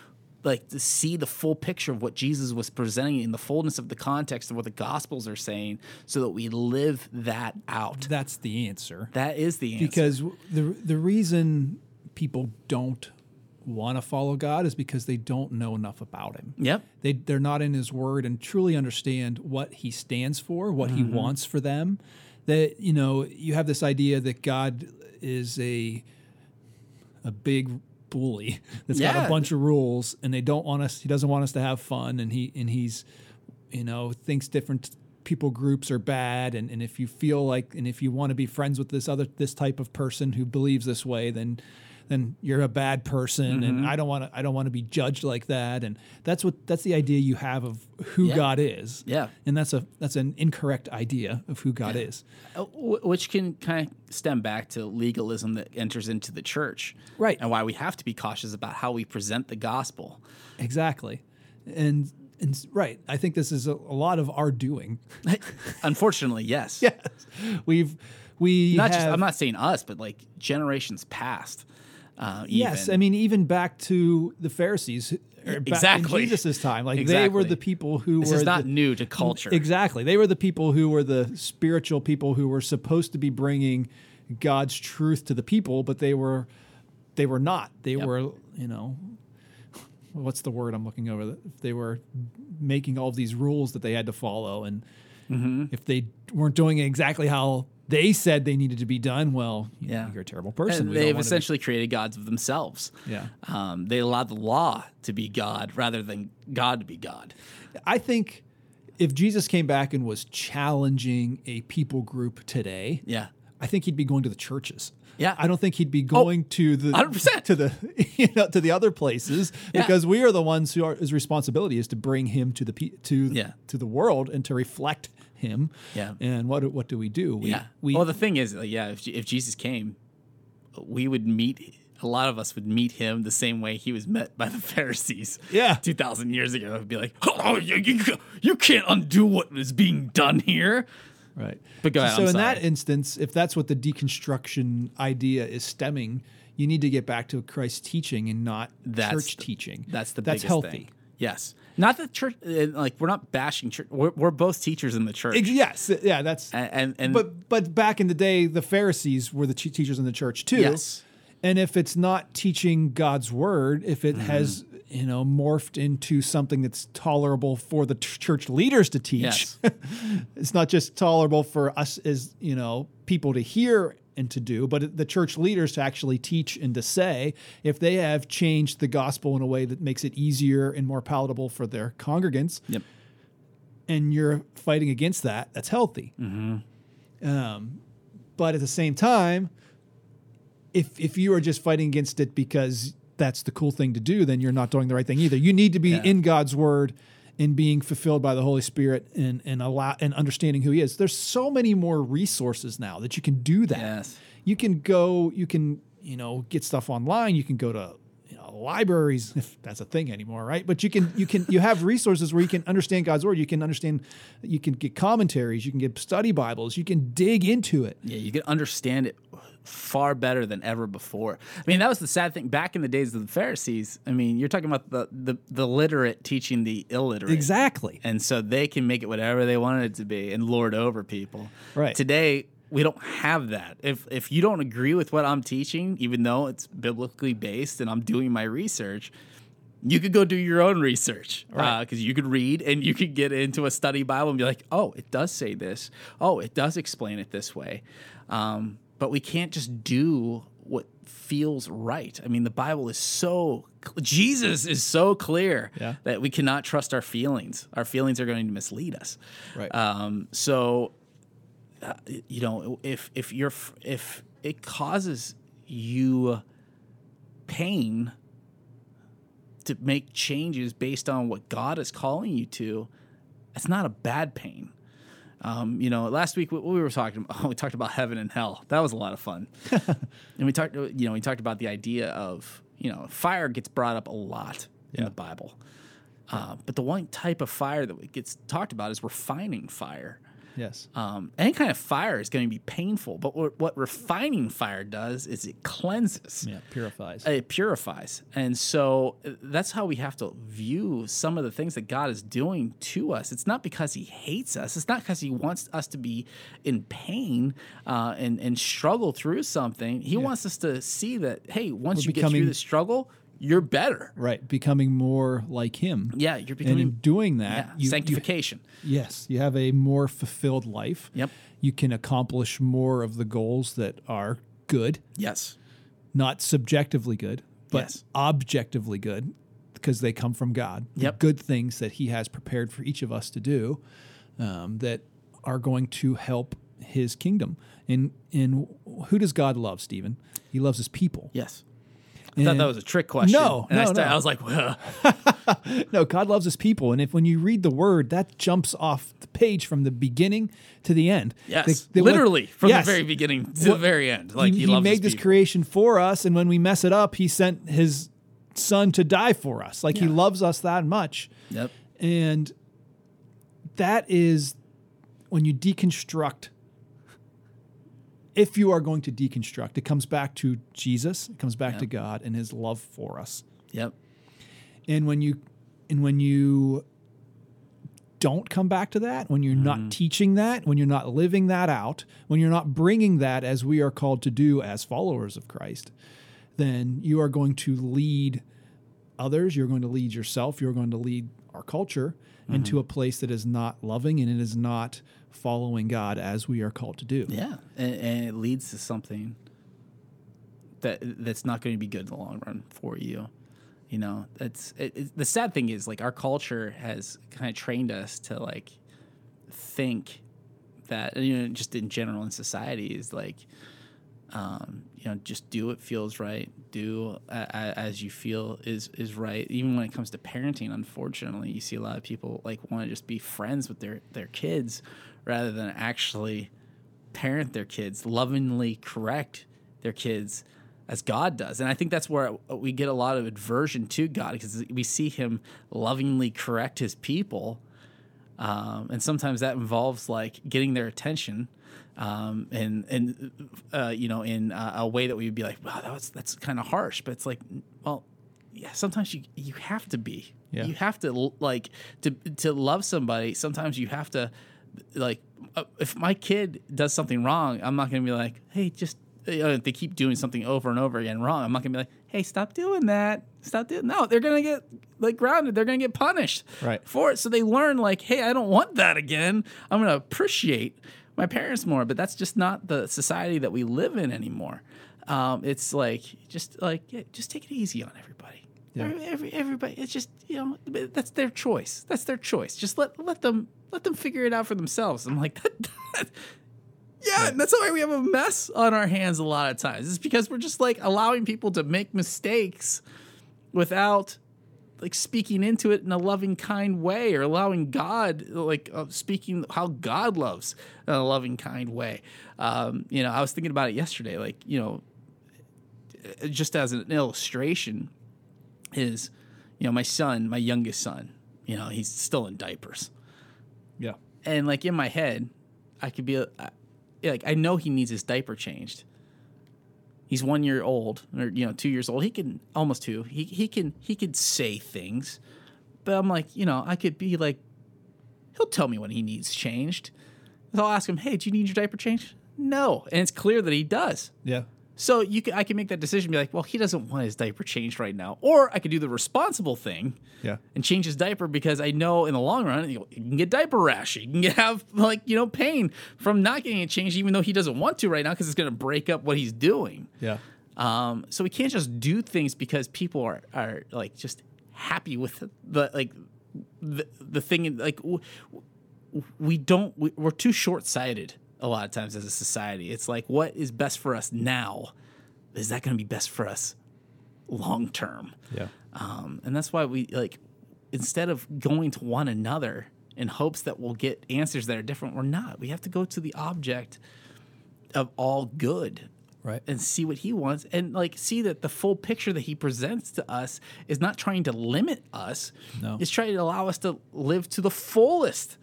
[SPEAKER 2] like to see the full picture of what Jesus was presenting in the fullness of the context of what the Gospels are saying, so that we live that out.
[SPEAKER 1] That's the answer.
[SPEAKER 2] That is the answer.
[SPEAKER 1] because the the reason people don't want to follow God is because they don't know enough about Him.
[SPEAKER 2] yep.
[SPEAKER 1] They they're not in His Word and truly understand what He stands for, what He wants for them. That you know, you have this idea that God is a a big bully that's got
[SPEAKER 2] Yeah.
[SPEAKER 1] a bunch of rules, and they don't want us. He doesn't want us to have fun, and he and he's you know thinks different people groups are bad and, and if you feel like and if you want to be friends with this other this type of person who believes this way then then you're a bad person
[SPEAKER 2] Mm-hmm.
[SPEAKER 1] and I don't want to I don't want to be judged like that and that's what that's the idea you have of who
[SPEAKER 2] Yeah.
[SPEAKER 1] God is
[SPEAKER 2] Yeah.
[SPEAKER 1] and that's a that's an incorrect idea of who God is
[SPEAKER 2] Uh, wh- which can kind of stem back to legalism that enters into the church
[SPEAKER 1] Right.
[SPEAKER 2] and why we have to be cautious about how we present the gospel
[SPEAKER 1] exactly and and s- right I think this is a, a lot of our doing
[SPEAKER 2] unfortunately yes
[SPEAKER 1] we've we
[SPEAKER 2] not just
[SPEAKER 1] have-
[SPEAKER 2] i'm not saying us but like generations past uh,
[SPEAKER 1] Yes,
[SPEAKER 2] even. E,
[SPEAKER 1] I mean even back to the Pharisees, or back
[SPEAKER 2] Exactly.
[SPEAKER 1] in Jesus' time, like they
[SPEAKER 2] Exactly.
[SPEAKER 1] were the people who
[SPEAKER 2] this
[SPEAKER 1] were
[SPEAKER 2] is not
[SPEAKER 1] the-
[SPEAKER 2] new to culture
[SPEAKER 1] exactly they were the people who were the spiritual people who were supposed to be bringing God's truth to the people, but they were they were not. They were you know what's the word I'm looking over? They were making all of these rules that they had to follow, and
[SPEAKER 2] Mm-hmm.
[SPEAKER 1] if they weren't doing it exactly how they said they needed to be done, well, you know,
[SPEAKER 2] Yeah.
[SPEAKER 1] you're a terrible person.
[SPEAKER 2] and
[SPEAKER 1] We don't
[SPEAKER 2] they've
[SPEAKER 1] want to be-
[SPEAKER 2] essentially created gods of themselves
[SPEAKER 1] Yeah.
[SPEAKER 2] um, they allowed the law to be god rather than god to be god
[SPEAKER 1] I think if Jesus came back and was challenging a people group today,
[SPEAKER 2] yeah
[SPEAKER 1] I think he'd be going to the churches.
[SPEAKER 2] Yeah. Oh,
[SPEAKER 1] I don't think he'd be going to the
[SPEAKER 2] 100%.
[SPEAKER 1] to the you know to the other places
[SPEAKER 2] Yeah.
[SPEAKER 1] because we are the ones who are his responsibility is to bring him to the pe- to
[SPEAKER 2] Yeah.
[SPEAKER 1] to the world and to reflect him.
[SPEAKER 2] Yeah.
[SPEAKER 1] And what what do we do? We,
[SPEAKER 2] yeah.
[SPEAKER 1] We
[SPEAKER 2] well, the thing is, like, yeah, if, Je- if Jesus came, we would meet. A lot of us would meet him the same way he was met by the Pharisees.
[SPEAKER 1] Yeah.
[SPEAKER 2] two thousand years ago, it'd be like, oh, you, you, you can't undo what is being done here.
[SPEAKER 1] right.
[SPEAKER 2] But go ahead,
[SPEAKER 1] So
[SPEAKER 2] I'm
[SPEAKER 1] in
[SPEAKER 2] sorry.
[SPEAKER 1] that instance, if that's what the deconstruction idea is stemming, you need to get back to Christ's teaching and not
[SPEAKER 2] That's
[SPEAKER 1] church
[SPEAKER 2] the-
[SPEAKER 1] teaching.
[SPEAKER 2] That's the
[SPEAKER 1] that's
[SPEAKER 2] biggest
[SPEAKER 1] healthy.
[SPEAKER 2] Thing. Yes, not the church. uh, Like we're not bashing church. We're, we're both teachers in the church.
[SPEAKER 1] Ex- Yes, yeah, that's.
[SPEAKER 2] And and, and
[SPEAKER 1] but but back in the day, the Pharisees were the che- teachers in the church too.
[SPEAKER 2] Yes.
[SPEAKER 1] And if it's not teaching God's word, if
[SPEAKER 2] Mm-hmm.
[SPEAKER 1] it has you know morphed into something that's tolerable for the t- church leaders to teach,
[SPEAKER 2] yes,
[SPEAKER 1] it's not just tolerable for us as you know people to hear and to do, but the church leaders to actually teach and to say if they have changed the gospel in a way that makes it easier and more palatable for their congregants
[SPEAKER 2] yep.
[SPEAKER 1] and you're fighting against that, that's healthy. Um, but at the same time, if if you are just fighting against it because that's the cool thing to do, then you're not doing the right thing either. You need to be
[SPEAKER 2] Yeah.
[SPEAKER 1] in God's word and being fulfilled by the Holy Spirit and and allow and understanding who He is. There's so many more resources now that you can do that.
[SPEAKER 2] Yes.
[SPEAKER 1] You can go. You can you know get stuff online. You can go to you know, libraries if that's a thing anymore right but you can you can you have resources where you can understand god's word you can understand you can get commentaries you can get study bibles you can dig into it
[SPEAKER 2] Yeah, you can understand it far better than ever before. I mean, that was the sad thing back in the days of the Pharisees. I mean, you're talking about the the, the literate teaching the illiterate.
[SPEAKER 1] exactly
[SPEAKER 2] And so they can make it whatever they want it to be and lord over people.
[SPEAKER 1] Right.
[SPEAKER 2] Today we don't have that. If if you don't agree with what I'm teaching, even though it's biblically based and I'm doing my research, you could go do your own research because you could read and you could get into a study Bible and be like, oh, it does say this. Oh, it does explain it this way. Um, but we can't just do what feels right. I mean, the Bible is so, Jesus is so clear
[SPEAKER 1] Yeah.
[SPEAKER 2] that we cannot trust our feelings. Our feelings are going to mislead us.
[SPEAKER 1] Right.
[SPEAKER 2] Um, so uh, you know if if you're f- if it causes you pain to make changes based on what God is calling you to, it's not a bad pain. Um, you know, last week we, we were talking. Oh, we talked about heaven and hell. That was a lot of fun. and we talked. You know, we talked about the idea of you know fire gets brought up a lot in the Bible. Uh, but the one type of fire that gets talked about is refining fire
[SPEAKER 1] yes
[SPEAKER 2] um, any kind of fire is going to be painful, but what, what refining fire does is it cleanses,
[SPEAKER 1] yeah purifies
[SPEAKER 2] it purifies. And so uh, that's how we have to view some of the things that God is doing to us. It's not because He hates us, it's not because He wants us to be in pain uh, and, and struggle through something. He wants us to see that, hey, once
[SPEAKER 1] We're
[SPEAKER 2] you get
[SPEAKER 1] becoming-
[SPEAKER 2] through the struggle, you're better.
[SPEAKER 1] right becoming more like him
[SPEAKER 2] Yeah, you're
[SPEAKER 1] and
[SPEAKER 2] becoming
[SPEAKER 1] in doing that
[SPEAKER 2] yeah,
[SPEAKER 1] you- you
[SPEAKER 2] sanctification.
[SPEAKER 1] Yes, you have a more fulfilled life.
[SPEAKER 2] Yep.
[SPEAKER 1] You can accomplish more of the goals that are good,
[SPEAKER 2] yes.
[SPEAKER 1] not subjectively good, but
[SPEAKER 2] Yes.
[SPEAKER 1] objectively good because they come from God. The
[SPEAKER 2] Yep.
[SPEAKER 1] Good things that He has prepared for each of us to do um, that are going to help His kingdom. And, and who does God love, Stephen? He loves His people.
[SPEAKER 2] Yes. I thought
[SPEAKER 1] And-
[SPEAKER 2] that was a trick question.
[SPEAKER 1] No,
[SPEAKER 2] and I,
[SPEAKER 1] no,
[SPEAKER 2] sta-
[SPEAKER 1] no.
[SPEAKER 2] I was like, well,
[SPEAKER 1] No, God loves his people. And if when you read the word, that jumps off the page from the beginning to the end.
[SPEAKER 2] Yes,
[SPEAKER 1] They- they want-
[SPEAKER 2] literally from
[SPEAKER 1] Yes.
[SPEAKER 2] the very beginning to the
[SPEAKER 1] What-
[SPEAKER 2] very end. Like
[SPEAKER 1] he,
[SPEAKER 2] he,
[SPEAKER 1] he
[SPEAKER 2] loves
[SPEAKER 1] made
[SPEAKER 2] his
[SPEAKER 1] this
[SPEAKER 2] people.
[SPEAKER 1] creation for us, and when we mess it up, he sent his son to die for us. Like he
[SPEAKER 2] Yeah.
[SPEAKER 1] loves us that much,
[SPEAKER 2] Yep.
[SPEAKER 1] and that is when you deconstruct. If you are going to deconstruct, it comes back to Jesus. It comes back to God and His love for us.
[SPEAKER 2] Yep.
[SPEAKER 1] And when you, and when you don't come back to that, when you're not teaching that, when you're not living that out, when you're not bringing that as we are called to do as followers of Christ, then you are going to lead others, you're going to lead yourself, you're going to lead our culture into a place that is not loving and it is not following God as we are called to do.
[SPEAKER 2] Yeah, and, and it leads to something that that's not going to be good in the long run for you. You know, that's it, it, the sad thing is like our culture has kind of trained us to like think that you know just in general in society is like um, you know just do what feels right do a, a, as you feel is is right even when it comes to parenting unfortunately you see a lot of people like want to just be friends with their their kids rather than actually parent their kids, lovingly correct their kids as God does. And I think that's where we get a lot of aversion to God because we see him lovingly correct his people. Um, and sometimes that involves like getting their attention um, and, and uh, you know, in uh, a way that we would be like, wow, that was, that's kind of harsh. But it's like, well, yeah, sometimes you, you have to be,
[SPEAKER 1] Yeah.
[SPEAKER 2] you have to l- like to, to love somebody. Sometimes you have to like uh, if my kid does something wrong, I'm not gonna be like, hey, just you know, if they keep doing something over and over again wrong, I'm not gonna be like, hey, stop doing that, stop doing. No, they're gonna get like grounded. They're gonna get punished
[SPEAKER 1] Right.
[SPEAKER 2] for it. So they learn like, hey, I don't want that again. I'm gonna appreciate my parents more. But that's just not the society that we live in anymore. Um, it's like just like yeah, just take it easy on everybody.
[SPEAKER 1] Yeah.
[SPEAKER 2] Every, every, everybody, it's just you know that's their choice. That's their choice. Just let let them let them figure it out for themselves. I'm like that. that- yeah, and that's why we have a mess on our hands a lot of times. It's because we're just like allowing people to make mistakes without like speaking into it in a loving kind way or allowing god like uh, speaking how god loves in a loving kind way um, you know i was thinking about it yesterday like you know just as an illustration is, you know, my son, my youngest son, you know, he's still in diapers.
[SPEAKER 1] Yeah.
[SPEAKER 2] And like in my head, I could be uh, I- like, I know he needs his diaper changed. He's one year old, or you know, two years old. He can almost two. He he can he could say things, but I'm like, you know, I could be like, he'll tell me when he needs changed. So I'll ask him, hey, do you need your diaper changed? No, and it's clear that he does.
[SPEAKER 1] Yeah.
[SPEAKER 2] So you can, I can make that decision, and be like, well, he doesn't want his diaper changed right now, or I could do the responsible thing
[SPEAKER 1] Yeah.
[SPEAKER 2] and change his diaper because I know in the long run you you can get diaper rash, you can have like you know pain from not getting it changed, even though he doesn't want to right now because it's going to break up what he's doing.
[SPEAKER 1] Yeah.
[SPEAKER 2] Um, so we can't just do things because people are are like just happy with the like the the thing in- like w- w- we don't we, we're too short sighted a lot of times as a society. It's like what is best for us now? Is that going to be best for us long term?
[SPEAKER 1] Yeah.
[SPEAKER 2] Um, and that's why we like instead of going to one another in hopes that we'll get answers that are different, we're not. We have to go to the object of all good
[SPEAKER 1] Right.
[SPEAKER 2] and see what he wants and like see that the full picture that he presents to us is not trying to limit us.
[SPEAKER 1] No.
[SPEAKER 2] It's trying to allow us to live to the fullest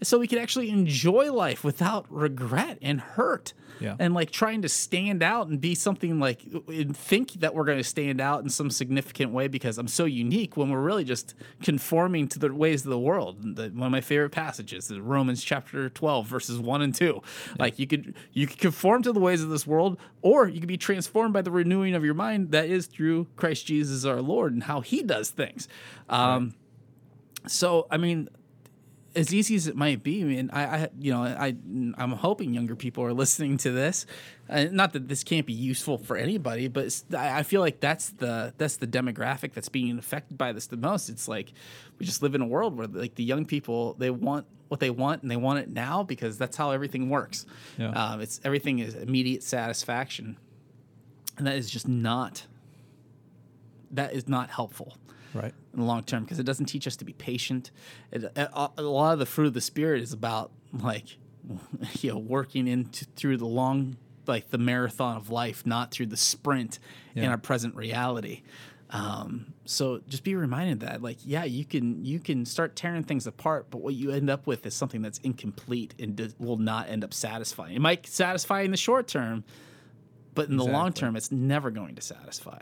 [SPEAKER 2] so we can actually enjoy life without regret and hurt.
[SPEAKER 1] Yeah.
[SPEAKER 2] And like trying to stand out and be something like and think that we're going to stand out in some significant way because I'm so unique when we're really just conforming to the ways of the world. And the- one of my favorite passages is Romans chapter 12 verses 1 and 2. Like you could you could conform to the ways of this world or you could be transformed by the renewing of your mind that is through Christ Jesus our Lord and how he does things. Um so I mean as easy as it might be, I mean, I, I you know, I, I'm hoping younger people are listening to this. Uh, not that this can't be useful for anybody, but it's, I I feel like that's the that's the demographic that's being affected by this the most. It's like we just live in a world where like the young people they want what they want and they want it now because that's how everything works.
[SPEAKER 1] Yeah.
[SPEAKER 2] Um, it's everything is immediate satisfaction, and that is just not that is not helpful
[SPEAKER 1] Right.
[SPEAKER 2] in the long term because it doesn't teach us to be patient. It, a, a lot of the fruit of the spirit is about like you know working into through the long like the marathon of life, not through the sprint in
[SPEAKER 1] Yeah.
[SPEAKER 2] our present reality. Um, so just be reminded that like yeah, you can you can start tearing things apart, but what you end up with is something that's incomplete and does, will not end up satisfying. It might satisfy in the short term, but in the long
[SPEAKER 1] Exactly.
[SPEAKER 2] term, it's never going to satisfy.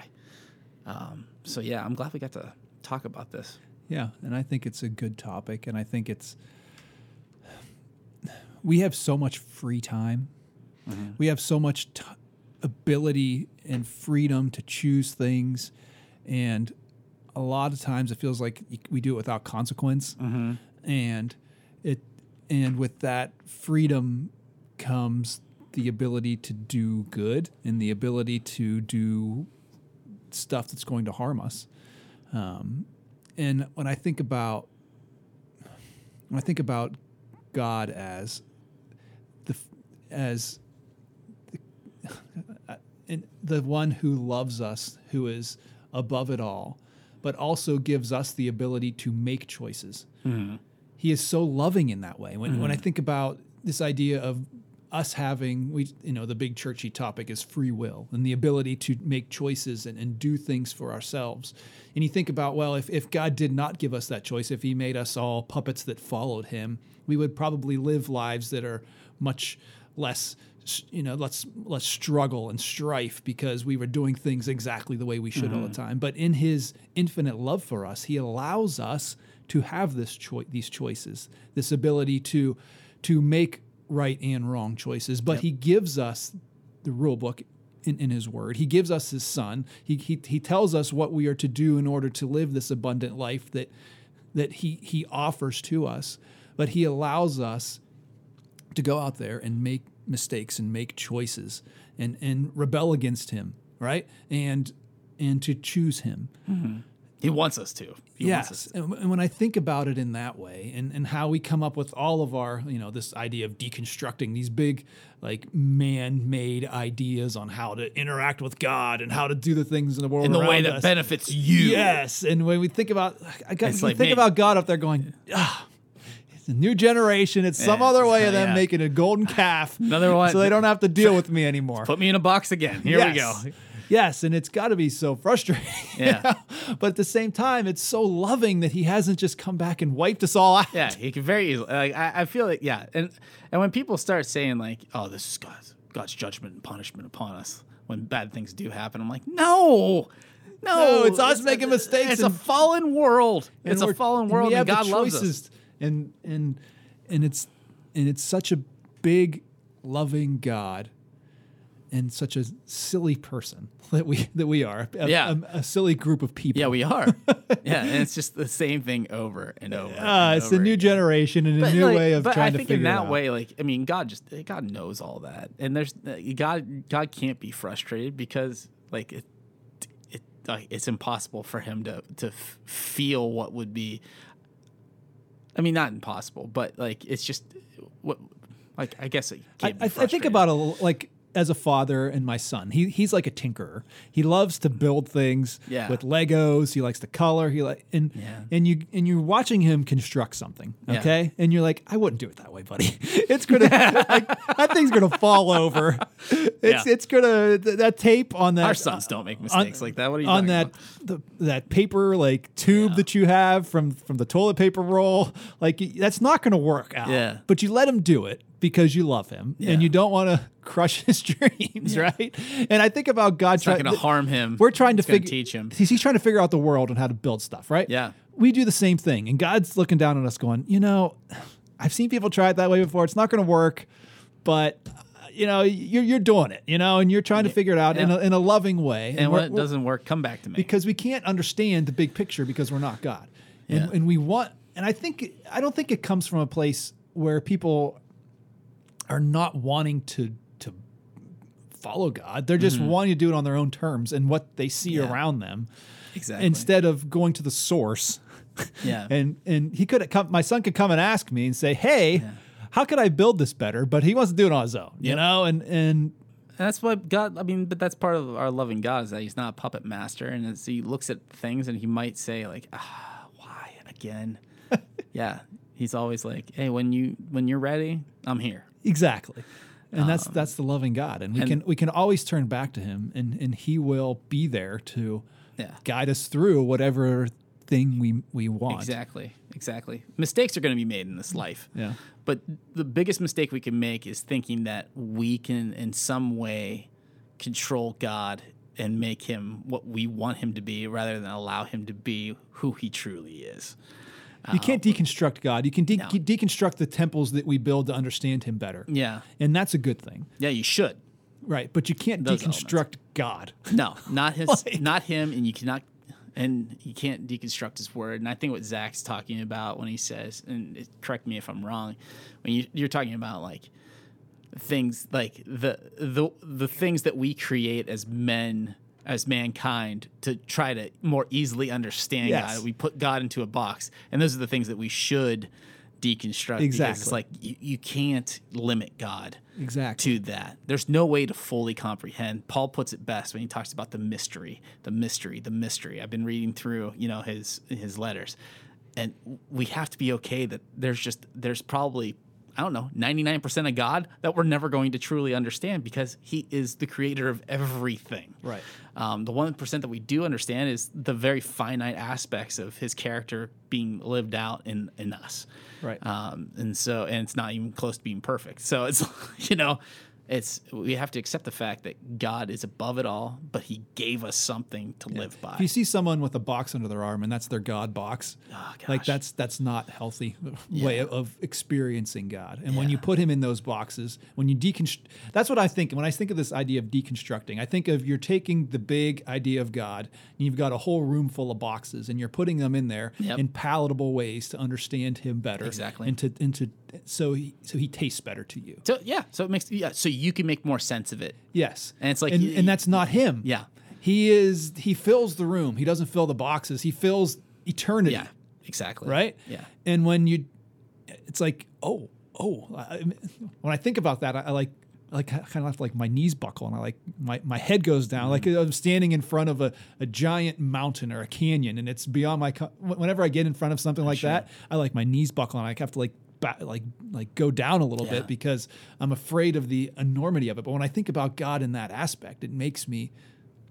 [SPEAKER 2] Um, so yeah, I'm glad we got to talk about this.
[SPEAKER 1] Yeah, and I think it's a good topic, and I think it's we have so much free time, we have so much t- ability and freedom to choose things, and a lot of times it feels like y- we do it without consequence, and it and with that freedom comes the ability to do good and the ability to do stuff that's going to harm us and when I think about when I think about God as the f- as the, and the one who loves us, who is above it all, but also gives us the ability to make choices. He is so loving in that way. When when I think about this idea of us having we you know the big churchy topic is free will and the ability to make choices and, and do things for ourselves and you think about well if, if god did not give us that choice if he made us all puppets that followed him we would probably live lives that are much less s- you know let's let's struggle and strife because we were doing things exactly the way we should all the time but in his infinite love for us he allows us to have this choice these choices this ability to to make right and wrong choices but he gives us the rule book in, in his word he gives us his son he, he he tells us what we are to do in order to live this abundant life that that he he offers to us but he allows us to go out there and make mistakes and make choices and and rebel against him right and and to choose him
[SPEAKER 2] He wants us to. He wants us
[SPEAKER 1] yes and, and when i think about it in that way and and how we come up with all of our you know this idea of deconstructing these big like man-made ideas on how to interact with god and how to do the things in the world
[SPEAKER 2] in the way
[SPEAKER 1] around
[SPEAKER 2] that
[SPEAKER 1] us.
[SPEAKER 2] benefits you.
[SPEAKER 1] Yes, and when we think about, I guess
[SPEAKER 2] It's
[SPEAKER 1] you
[SPEAKER 2] like,
[SPEAKER 1] think
[SPEAKER 2] man-
[SPEAKER 1] about God up there going, ah, it's a new generation. It's some
[SPEAKER 2] Yeah,
[SPEAKER 1] other way of them
[SPEAKER 2] yeah.
[SPEAKER 1] making a golden calf,
[SPEAKER 2] Another one.
[SPEAKER 1] so they don't have to deal with me anymore.
[SPEAKER 2] Put me in a box again. Here we
[SPEAKER 1] Yes.
[SPEAKER 2] go.
[SPEAKER 1] Yes, and it's got to be so frustrating.
[SPEAKER 2] Yeah.
[SPEAKER 1] but at the same time, it's so loving that he hasn't just come back and wiped us all out.
[SPEAKER 2] Yeah, he could very easily. Like, I, I feel like yeah, and and when people start saying like, "Oh, this is God's God's judgment and punishment upon us when bad things do happen," I'm like, no. No,
[SPEAKER 1] No, it's us making mistakes
[SPEAKER 2] It's a
[SPEAKER 1] and-
[SPEAKER 2] fallen world.
[SPEAKER 1] And
[SPEAKER 2] It's a
[SPEAKER 1] we're-
[SPEAKER 2] fallen
[SPEAKER 1] and
[SPEAKER 2] world,
[SPEAKER 1] we
[SPEAKER 2] and
[SPEAKER 1] have the
[SPEAKER 2] God loves us.
[SPEAKER 1] choices. And and and it's and it's such a big, loving God, and such a silly person that we that we are. A,
[SPEAKER 2] Yeah.
[SPEAKER 1] a, a silly group of people.
[SPEAKER 2] Yeah, we are. yeah, and it's just the same thing over and over.
[SPEAKER 1] Ah,
[SPEAKER 2] and
[SPEAKER 1] it's the
[SPEAKER 2] over
[SPEAKER 1] new
[SPEAKER 2] again.
[SPEAKER 1] generation and a
[SPEAKER 2] But,
[SPEAKER 1] new
[SPEAKER 2] like,
[SPEAKER 1] way of
[SPEAKER 2] but
[SPEAKER 1] trying
[SPEAKER 2] I
[SPEAKER 1] to
[SPEAKER 2] think in
[SPEAKER 1] figure it
[SPEAKER 2] that
[SPEAKER 1] out.
[SPEAKER 2] way, like I mean, God just God knows all that, and there's uh, God God can't be frustrated because like it, it like it's impossible for him to to f- feel what would be. I mean, not impossible, but like it's just what like I guess it
[SPEAKER 1] I,
[SPEAKER 2] can't
[SPEAKER 1] I,
[SPEAKER 2] be
[SPEAKER 1] I think
[SPEAKER 2] frustrated.
[SPEAKER 1] about a l- like as a father and my son. He he's like a tinkerer. He loves to build things
[SPEAKER 2] Yeah.
[SPEAKER 1] with Legos. He likes to color. He like and
[SPEAKER 2] Yeah.
[SPEAKER 1] and you and you're watching him construct something,
[SPEAKER 2] Yeah.
[SPEAKER 1] okay? And you're like, I wouldn't do it that way, buddy. It's gonna like, that thing's gonna fall over. It's
[SPEAKER 2] Yeah.
[SPEAKER 1] it's gonna th- that tape on that
[SPEAKER 2] our sons don't make
[SPEAKER 1] on-
[SPEAKER 2] mistakes like that. What are you talking
[SPEAKER 1] on that
[SPEAKER 2] about?
[SPEAKER 1] the, that paper like tube that you have from from the toilet paper roll? Like y- that's not going to work out.
[SPEAKER 2] Yeah.
[SPEAKER 1] But you let him do it because you love him
[SPEAKER 2] Yeah.
[SPEAKER 1] and you don't want to crush his dreams, right? And I think about God
[SPEAKER 2] It's not
[SPEAKER 1] trying
[SPEAKER 2] going to harm him.
[SPEAKER 1] We're trying to
[SPEAKER 2] It's gonna
[SPEAKER 1] figure
[SPEAKER 2] teach him.
[SPEAKER 1] He's, he's trying to figure out the world and how to build stuff, right?
[SPEAKER 2] Yeah.
[SPEAKER 1] We do the same thing, and God's looking down on us, going, you know, I've seen people try it that way before. It's not going to work, but. uh, You know, you're, you're doing it, you know, and you're trying to figure it out in,
[SPEAKER 2] Yeah.
[SPEAKER 1] a, in a loving way.
[SPEAKER 2] And
[SPEAKER 1] we're-
[SPEAKER 2] when it
[SPEAKER 1] we're-
[SPEAKER 2] doesn't work, come back to me.
[SPEAKER 1] because we can't understand the big picture because we're not God. And,
[SPEAKER 2] Yeah.
[SPEAKER 1] and we want, and I think, I don't think it comes from a place where people are not wanting to, to follow God. They're just wanting to do it on their own terms and what they see
[SPEAKER 2] Mm-hmm. Yeah.
[SPEAKER 1] around them
[SPEAKER 2] exactly.
[SPEAKER 1] instead of going to the source.
[SPEAKER 2] yeah.
[SPEAKER 1] And, and he could have come, my son could come and ask me and say, Hey, how could I build this better? But he wants to do it on his own, you
[SPEAKER 2] Yep.
[SPEAKER 1] know? And, and
[SPEAKER 2] And that's what God. I mean, but that's part of our loving God is that He's not a puppet master, and it's, He looks at things and He might say like, "Ah, why again?" yeah, He's always like, "Hey, when you when you're ready, I'm here."
[SPEAKER 1] Exactly. And that's that's the loving God. And
[SPEAKER 2] Um,
[SPEAKER 1] we
[SPEAKER 2] and-
[SPEAKER 1] can we can always turn back to him and and he will be there to
[SPEAKER 2] Yeah.
[SPEAKER 1] guide us through whatever thing we we want.
[SPEAKER 2] Exactly. Exactly. Mistakes are going to be made in this life.
[SPEAKER 1] Yeah.
[SPEAKER 2] But the biggest mistake we can make is thinking that we can, in some way, control God and make him what we want him to be rather than allow him to be who he truly is.
[SPEAKER 1] You can't deconstruct God. You can de-
[SPEAKER 2] No.
[SPEAKER 1] deconstruct the temples that we build to understand him better.
[SPEAKER 2] Yeah.
[SPEAKER 1] And that's a good thing.
[SPEAKER 2] Yeah, you should.
[SPEAKER 1] Right. But you can't
[SPEAKER 2] Those elements.
[SPEAKER 1] deconstruct God.
[SPEAKER 2] No, not his, not him, and you cannot, and you can't deconstruct his word. And I think what Zach's talking about when he says, and it, correct me if I'm wrong, when you, you're talking about like things like the the the things that we create as men as mankind to try to more easily understand
[SPEAKER 1] Yes.
[SPEAKER 2] God, we put God into a box, and those are the things that we should deconstruct. because it's
[SPEAKER 1] Exactly.
[SPEAKER 2] like you, you can't limit God
[SPEAKER 1] Exactly.
[SPEAKER 2] to that. There's no way to fully comprehend. Paul puts it best when he talks about the mystery, the mystery, the mystery. I've been reading through, you know, his his letters. And we have to be okay that there's just there's probably I don't know, 99% of God that we're never going to truly understand because he is the creator of everything.
[SPEAKER 1] Right.
[SPEAKER 2] Um, the 1% that we do understand is the very finite aspects of his character being lived out in, in us
[SPEAKER 1] Right.
[SPEAKER 2] um, and so and it's not even close to being perfect so it's you know it's we have to accept the fact that god is above it all but he gave us something to live by
[SPEAKER 1] if you see someone with a box under their arm and that's their God box, like
[SPEAKER 2] Ah, gosh.
[SPEAKER 1] that's that's not healthy way of, of experiencing God. And when you
[SPEAKER 2] Yeah.
[SPEAKER 1] put him in those boxes, when you deconstruct, that's what I think. When I think of this idea of deconstructing, I think of you're taking the big idea of God and you've got a whole room full of boxes and you're putting them in there
[SPEAKER 2] Yep.
[SPEAKER 1] in palatable ways to understand him better.
[SPEAKER 2] Exactly.
[SPEAKER 1] And to and to so he so he tastes better to you.
[SPEAKER 2] so yeah so it makes yeah so you can make more sense of it
[SPEAKER 1] Yes.
[SPEAKER 2] And it's like
[SPEAKER 1] and,
[SPEAKER 2] you-
[SPEAKER 1] and that's not him.
[SPEAKER 2] Yeah.
[SPEAKER 1] He is he fills the room. He doesn't fill the boxes. He fills eternity.
[SPEAKER 2] yeah exactly
[SPEAKER 1] Right?
[SPEAKER 2] yeah
[SPEAKER 1] And when you it's like, oh, oh I, when I think about that, I, I like I like kind of have like my knees buckle and I like my, my head goes down
[SPEAKER 2] Mm-hmm.
[SPEAKER 1] like I'm standing in front of a, a giant mountain or a canyon and it's beyond my co- whenever I get in front of something like that I like my knees buckle and I have to like ba- like like go down a little
[SPEAKER 2] Yeah.
[SPEAKER 1] bit because I'm afraid of the enormity of it but when I think about God in that aspect it makes me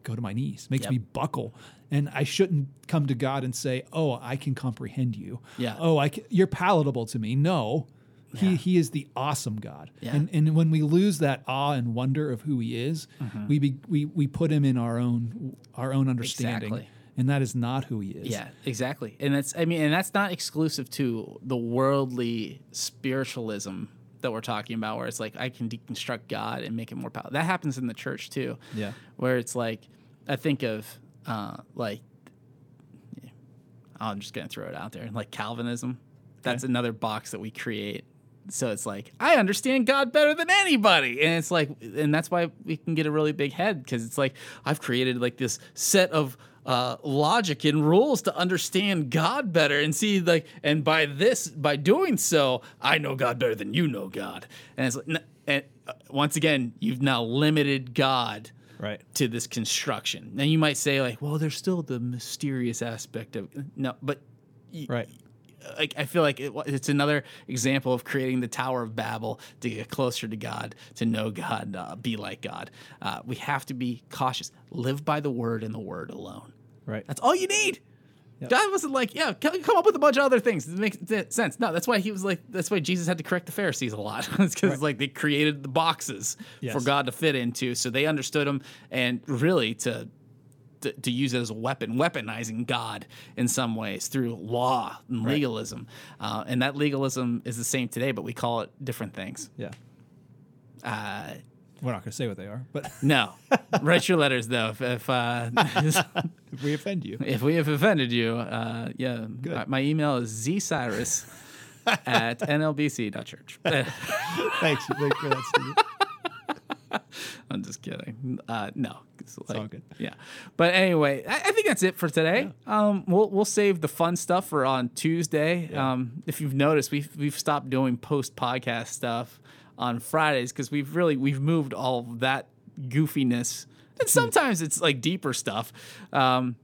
[SPEAKER 1] go to my knees, makes
[SPEAKER 2] Yep.
[SPEAKER 1] me buckle. And I shouldn't come to God and say, "Oh, I can comprehend you."
[SPEAKER 2] Yeah.
[SPEAKER 1] Oh, I can, you're palatable to me. No, he he is the awesome God.
[SPEAKER 2] Yeah.
[SPEAKER 1] And and when we lose that awe and wonder of who he is,
[SPEAKER 2] Mm-hmm.
[SPEAKER 1] we be, we we put him in our own our own understanding,
[SPEAKER 2] Exactly.
[SPEAKER 1] and that is not who he is.
[SPEAKER 2] Yeah, exactly. And that's I mean, and that's not exclusive to the worldly spiritualism that we're talking about, where it's like I can deconstruct God and make it more powerful. That happens in the church too.
[SPEAKER 1] Yeah.
[SPEAKER 2] Where it's like I think of uh like I'm just gonna throw it out there, like Calvinism. That's another box that we create. So it's like I understand God better than anybody, and it's like, and that's why we can get a really big head because it's like I've created like this set of uh, logic and rules to understand God better and see like, and by this, by doing so, I know God better than you know God, and it's like, n- and uh, once again, you've now limited God
[SPEAKER 1] Right.
[SPEAKER 2] to this construction. Now you might say like, well, there's still the mysterious aspect of no, but y-
[SPEAKER 1] Right.
[SPEAKER 2] Like I feel like it, wa- it's another example of creating the Tower of Babel to get closer to God, to know God, uh, be like God. Uh, we have to be cautious. Live by the Word and the Word alone.
[SPEAKER 1] Right.
[SPEAKER 2] That's all you need. God wasn't like, yeah, c- come up with a bunch of other things. It makes th- sense. No, that's why he was like, that's why Jesus had to correct the Pharisees a lot. it's because like they created the boxes for
[SPEAKER 1] Yes.
[SPEAKER 2] God to fit into, so they understood him and really to, to to use it as a weapon, weaponizing God in some ways through law and legalism. Uh, and that legalism is the same today, but we call it different things.
[SPEAKER 1] Yeah.
[SPEAKER 2] Uh,
[SPEAKER 1] We're not going to say what they are, but
[SPEAKER 2] no, write your letters though. If, if uh,
[SPEAKER 1] if we offend you,
[SPEAKER 2] If we have offended you, uh, yeah, my, my email is zcyrus at nlbc.church.
[SPEAKER 1] thanks. Thanks for that. Steve.
[SPEAKER 2] I'm just kidding. Uh, no, it's, like,
[SPEAKER 1] all good.
[SPEAKER 2] Yeah, but anyway, I, I think that's it for today. Um, we'll we'll save the fun stuff for on Tuesday. Um, if you've noticed, we've we've stopped doing post podcast stuff on Fridays because we've really we've moved all of that goofiness,
[SPEAKER 1] Hmm.
[SPEAKER 2] and sometimes it's like deeper stuff. Um,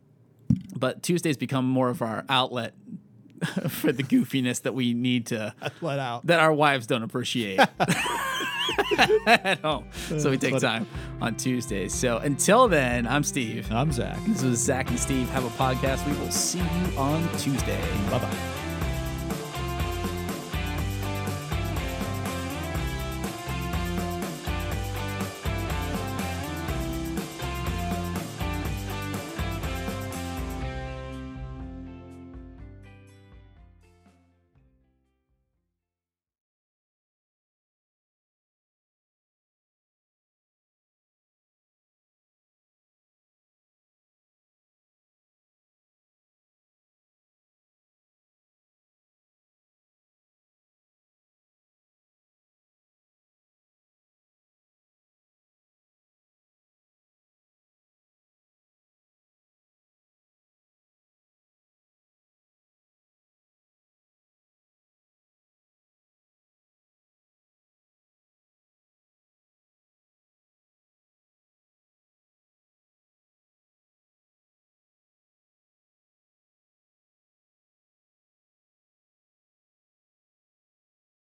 [SPEAKER 2] but Tuesdays become more of our outlet for the goofiness that we need to
[SPEAKER 1] Let out.
[SPEAKER 2] that our wives don't appreciate at home. So we take
[SPEAKER 1] Funny.
[SPEAKER 2] time on Tuesdays. So until then, I'm Steve.
[SPEAKER 1] I'm Zach.
[SPEAKER 2] This was Zach and Steve Have a Podcast. We will see you on Tuesday.
[SPEAKER 1] Bye bye.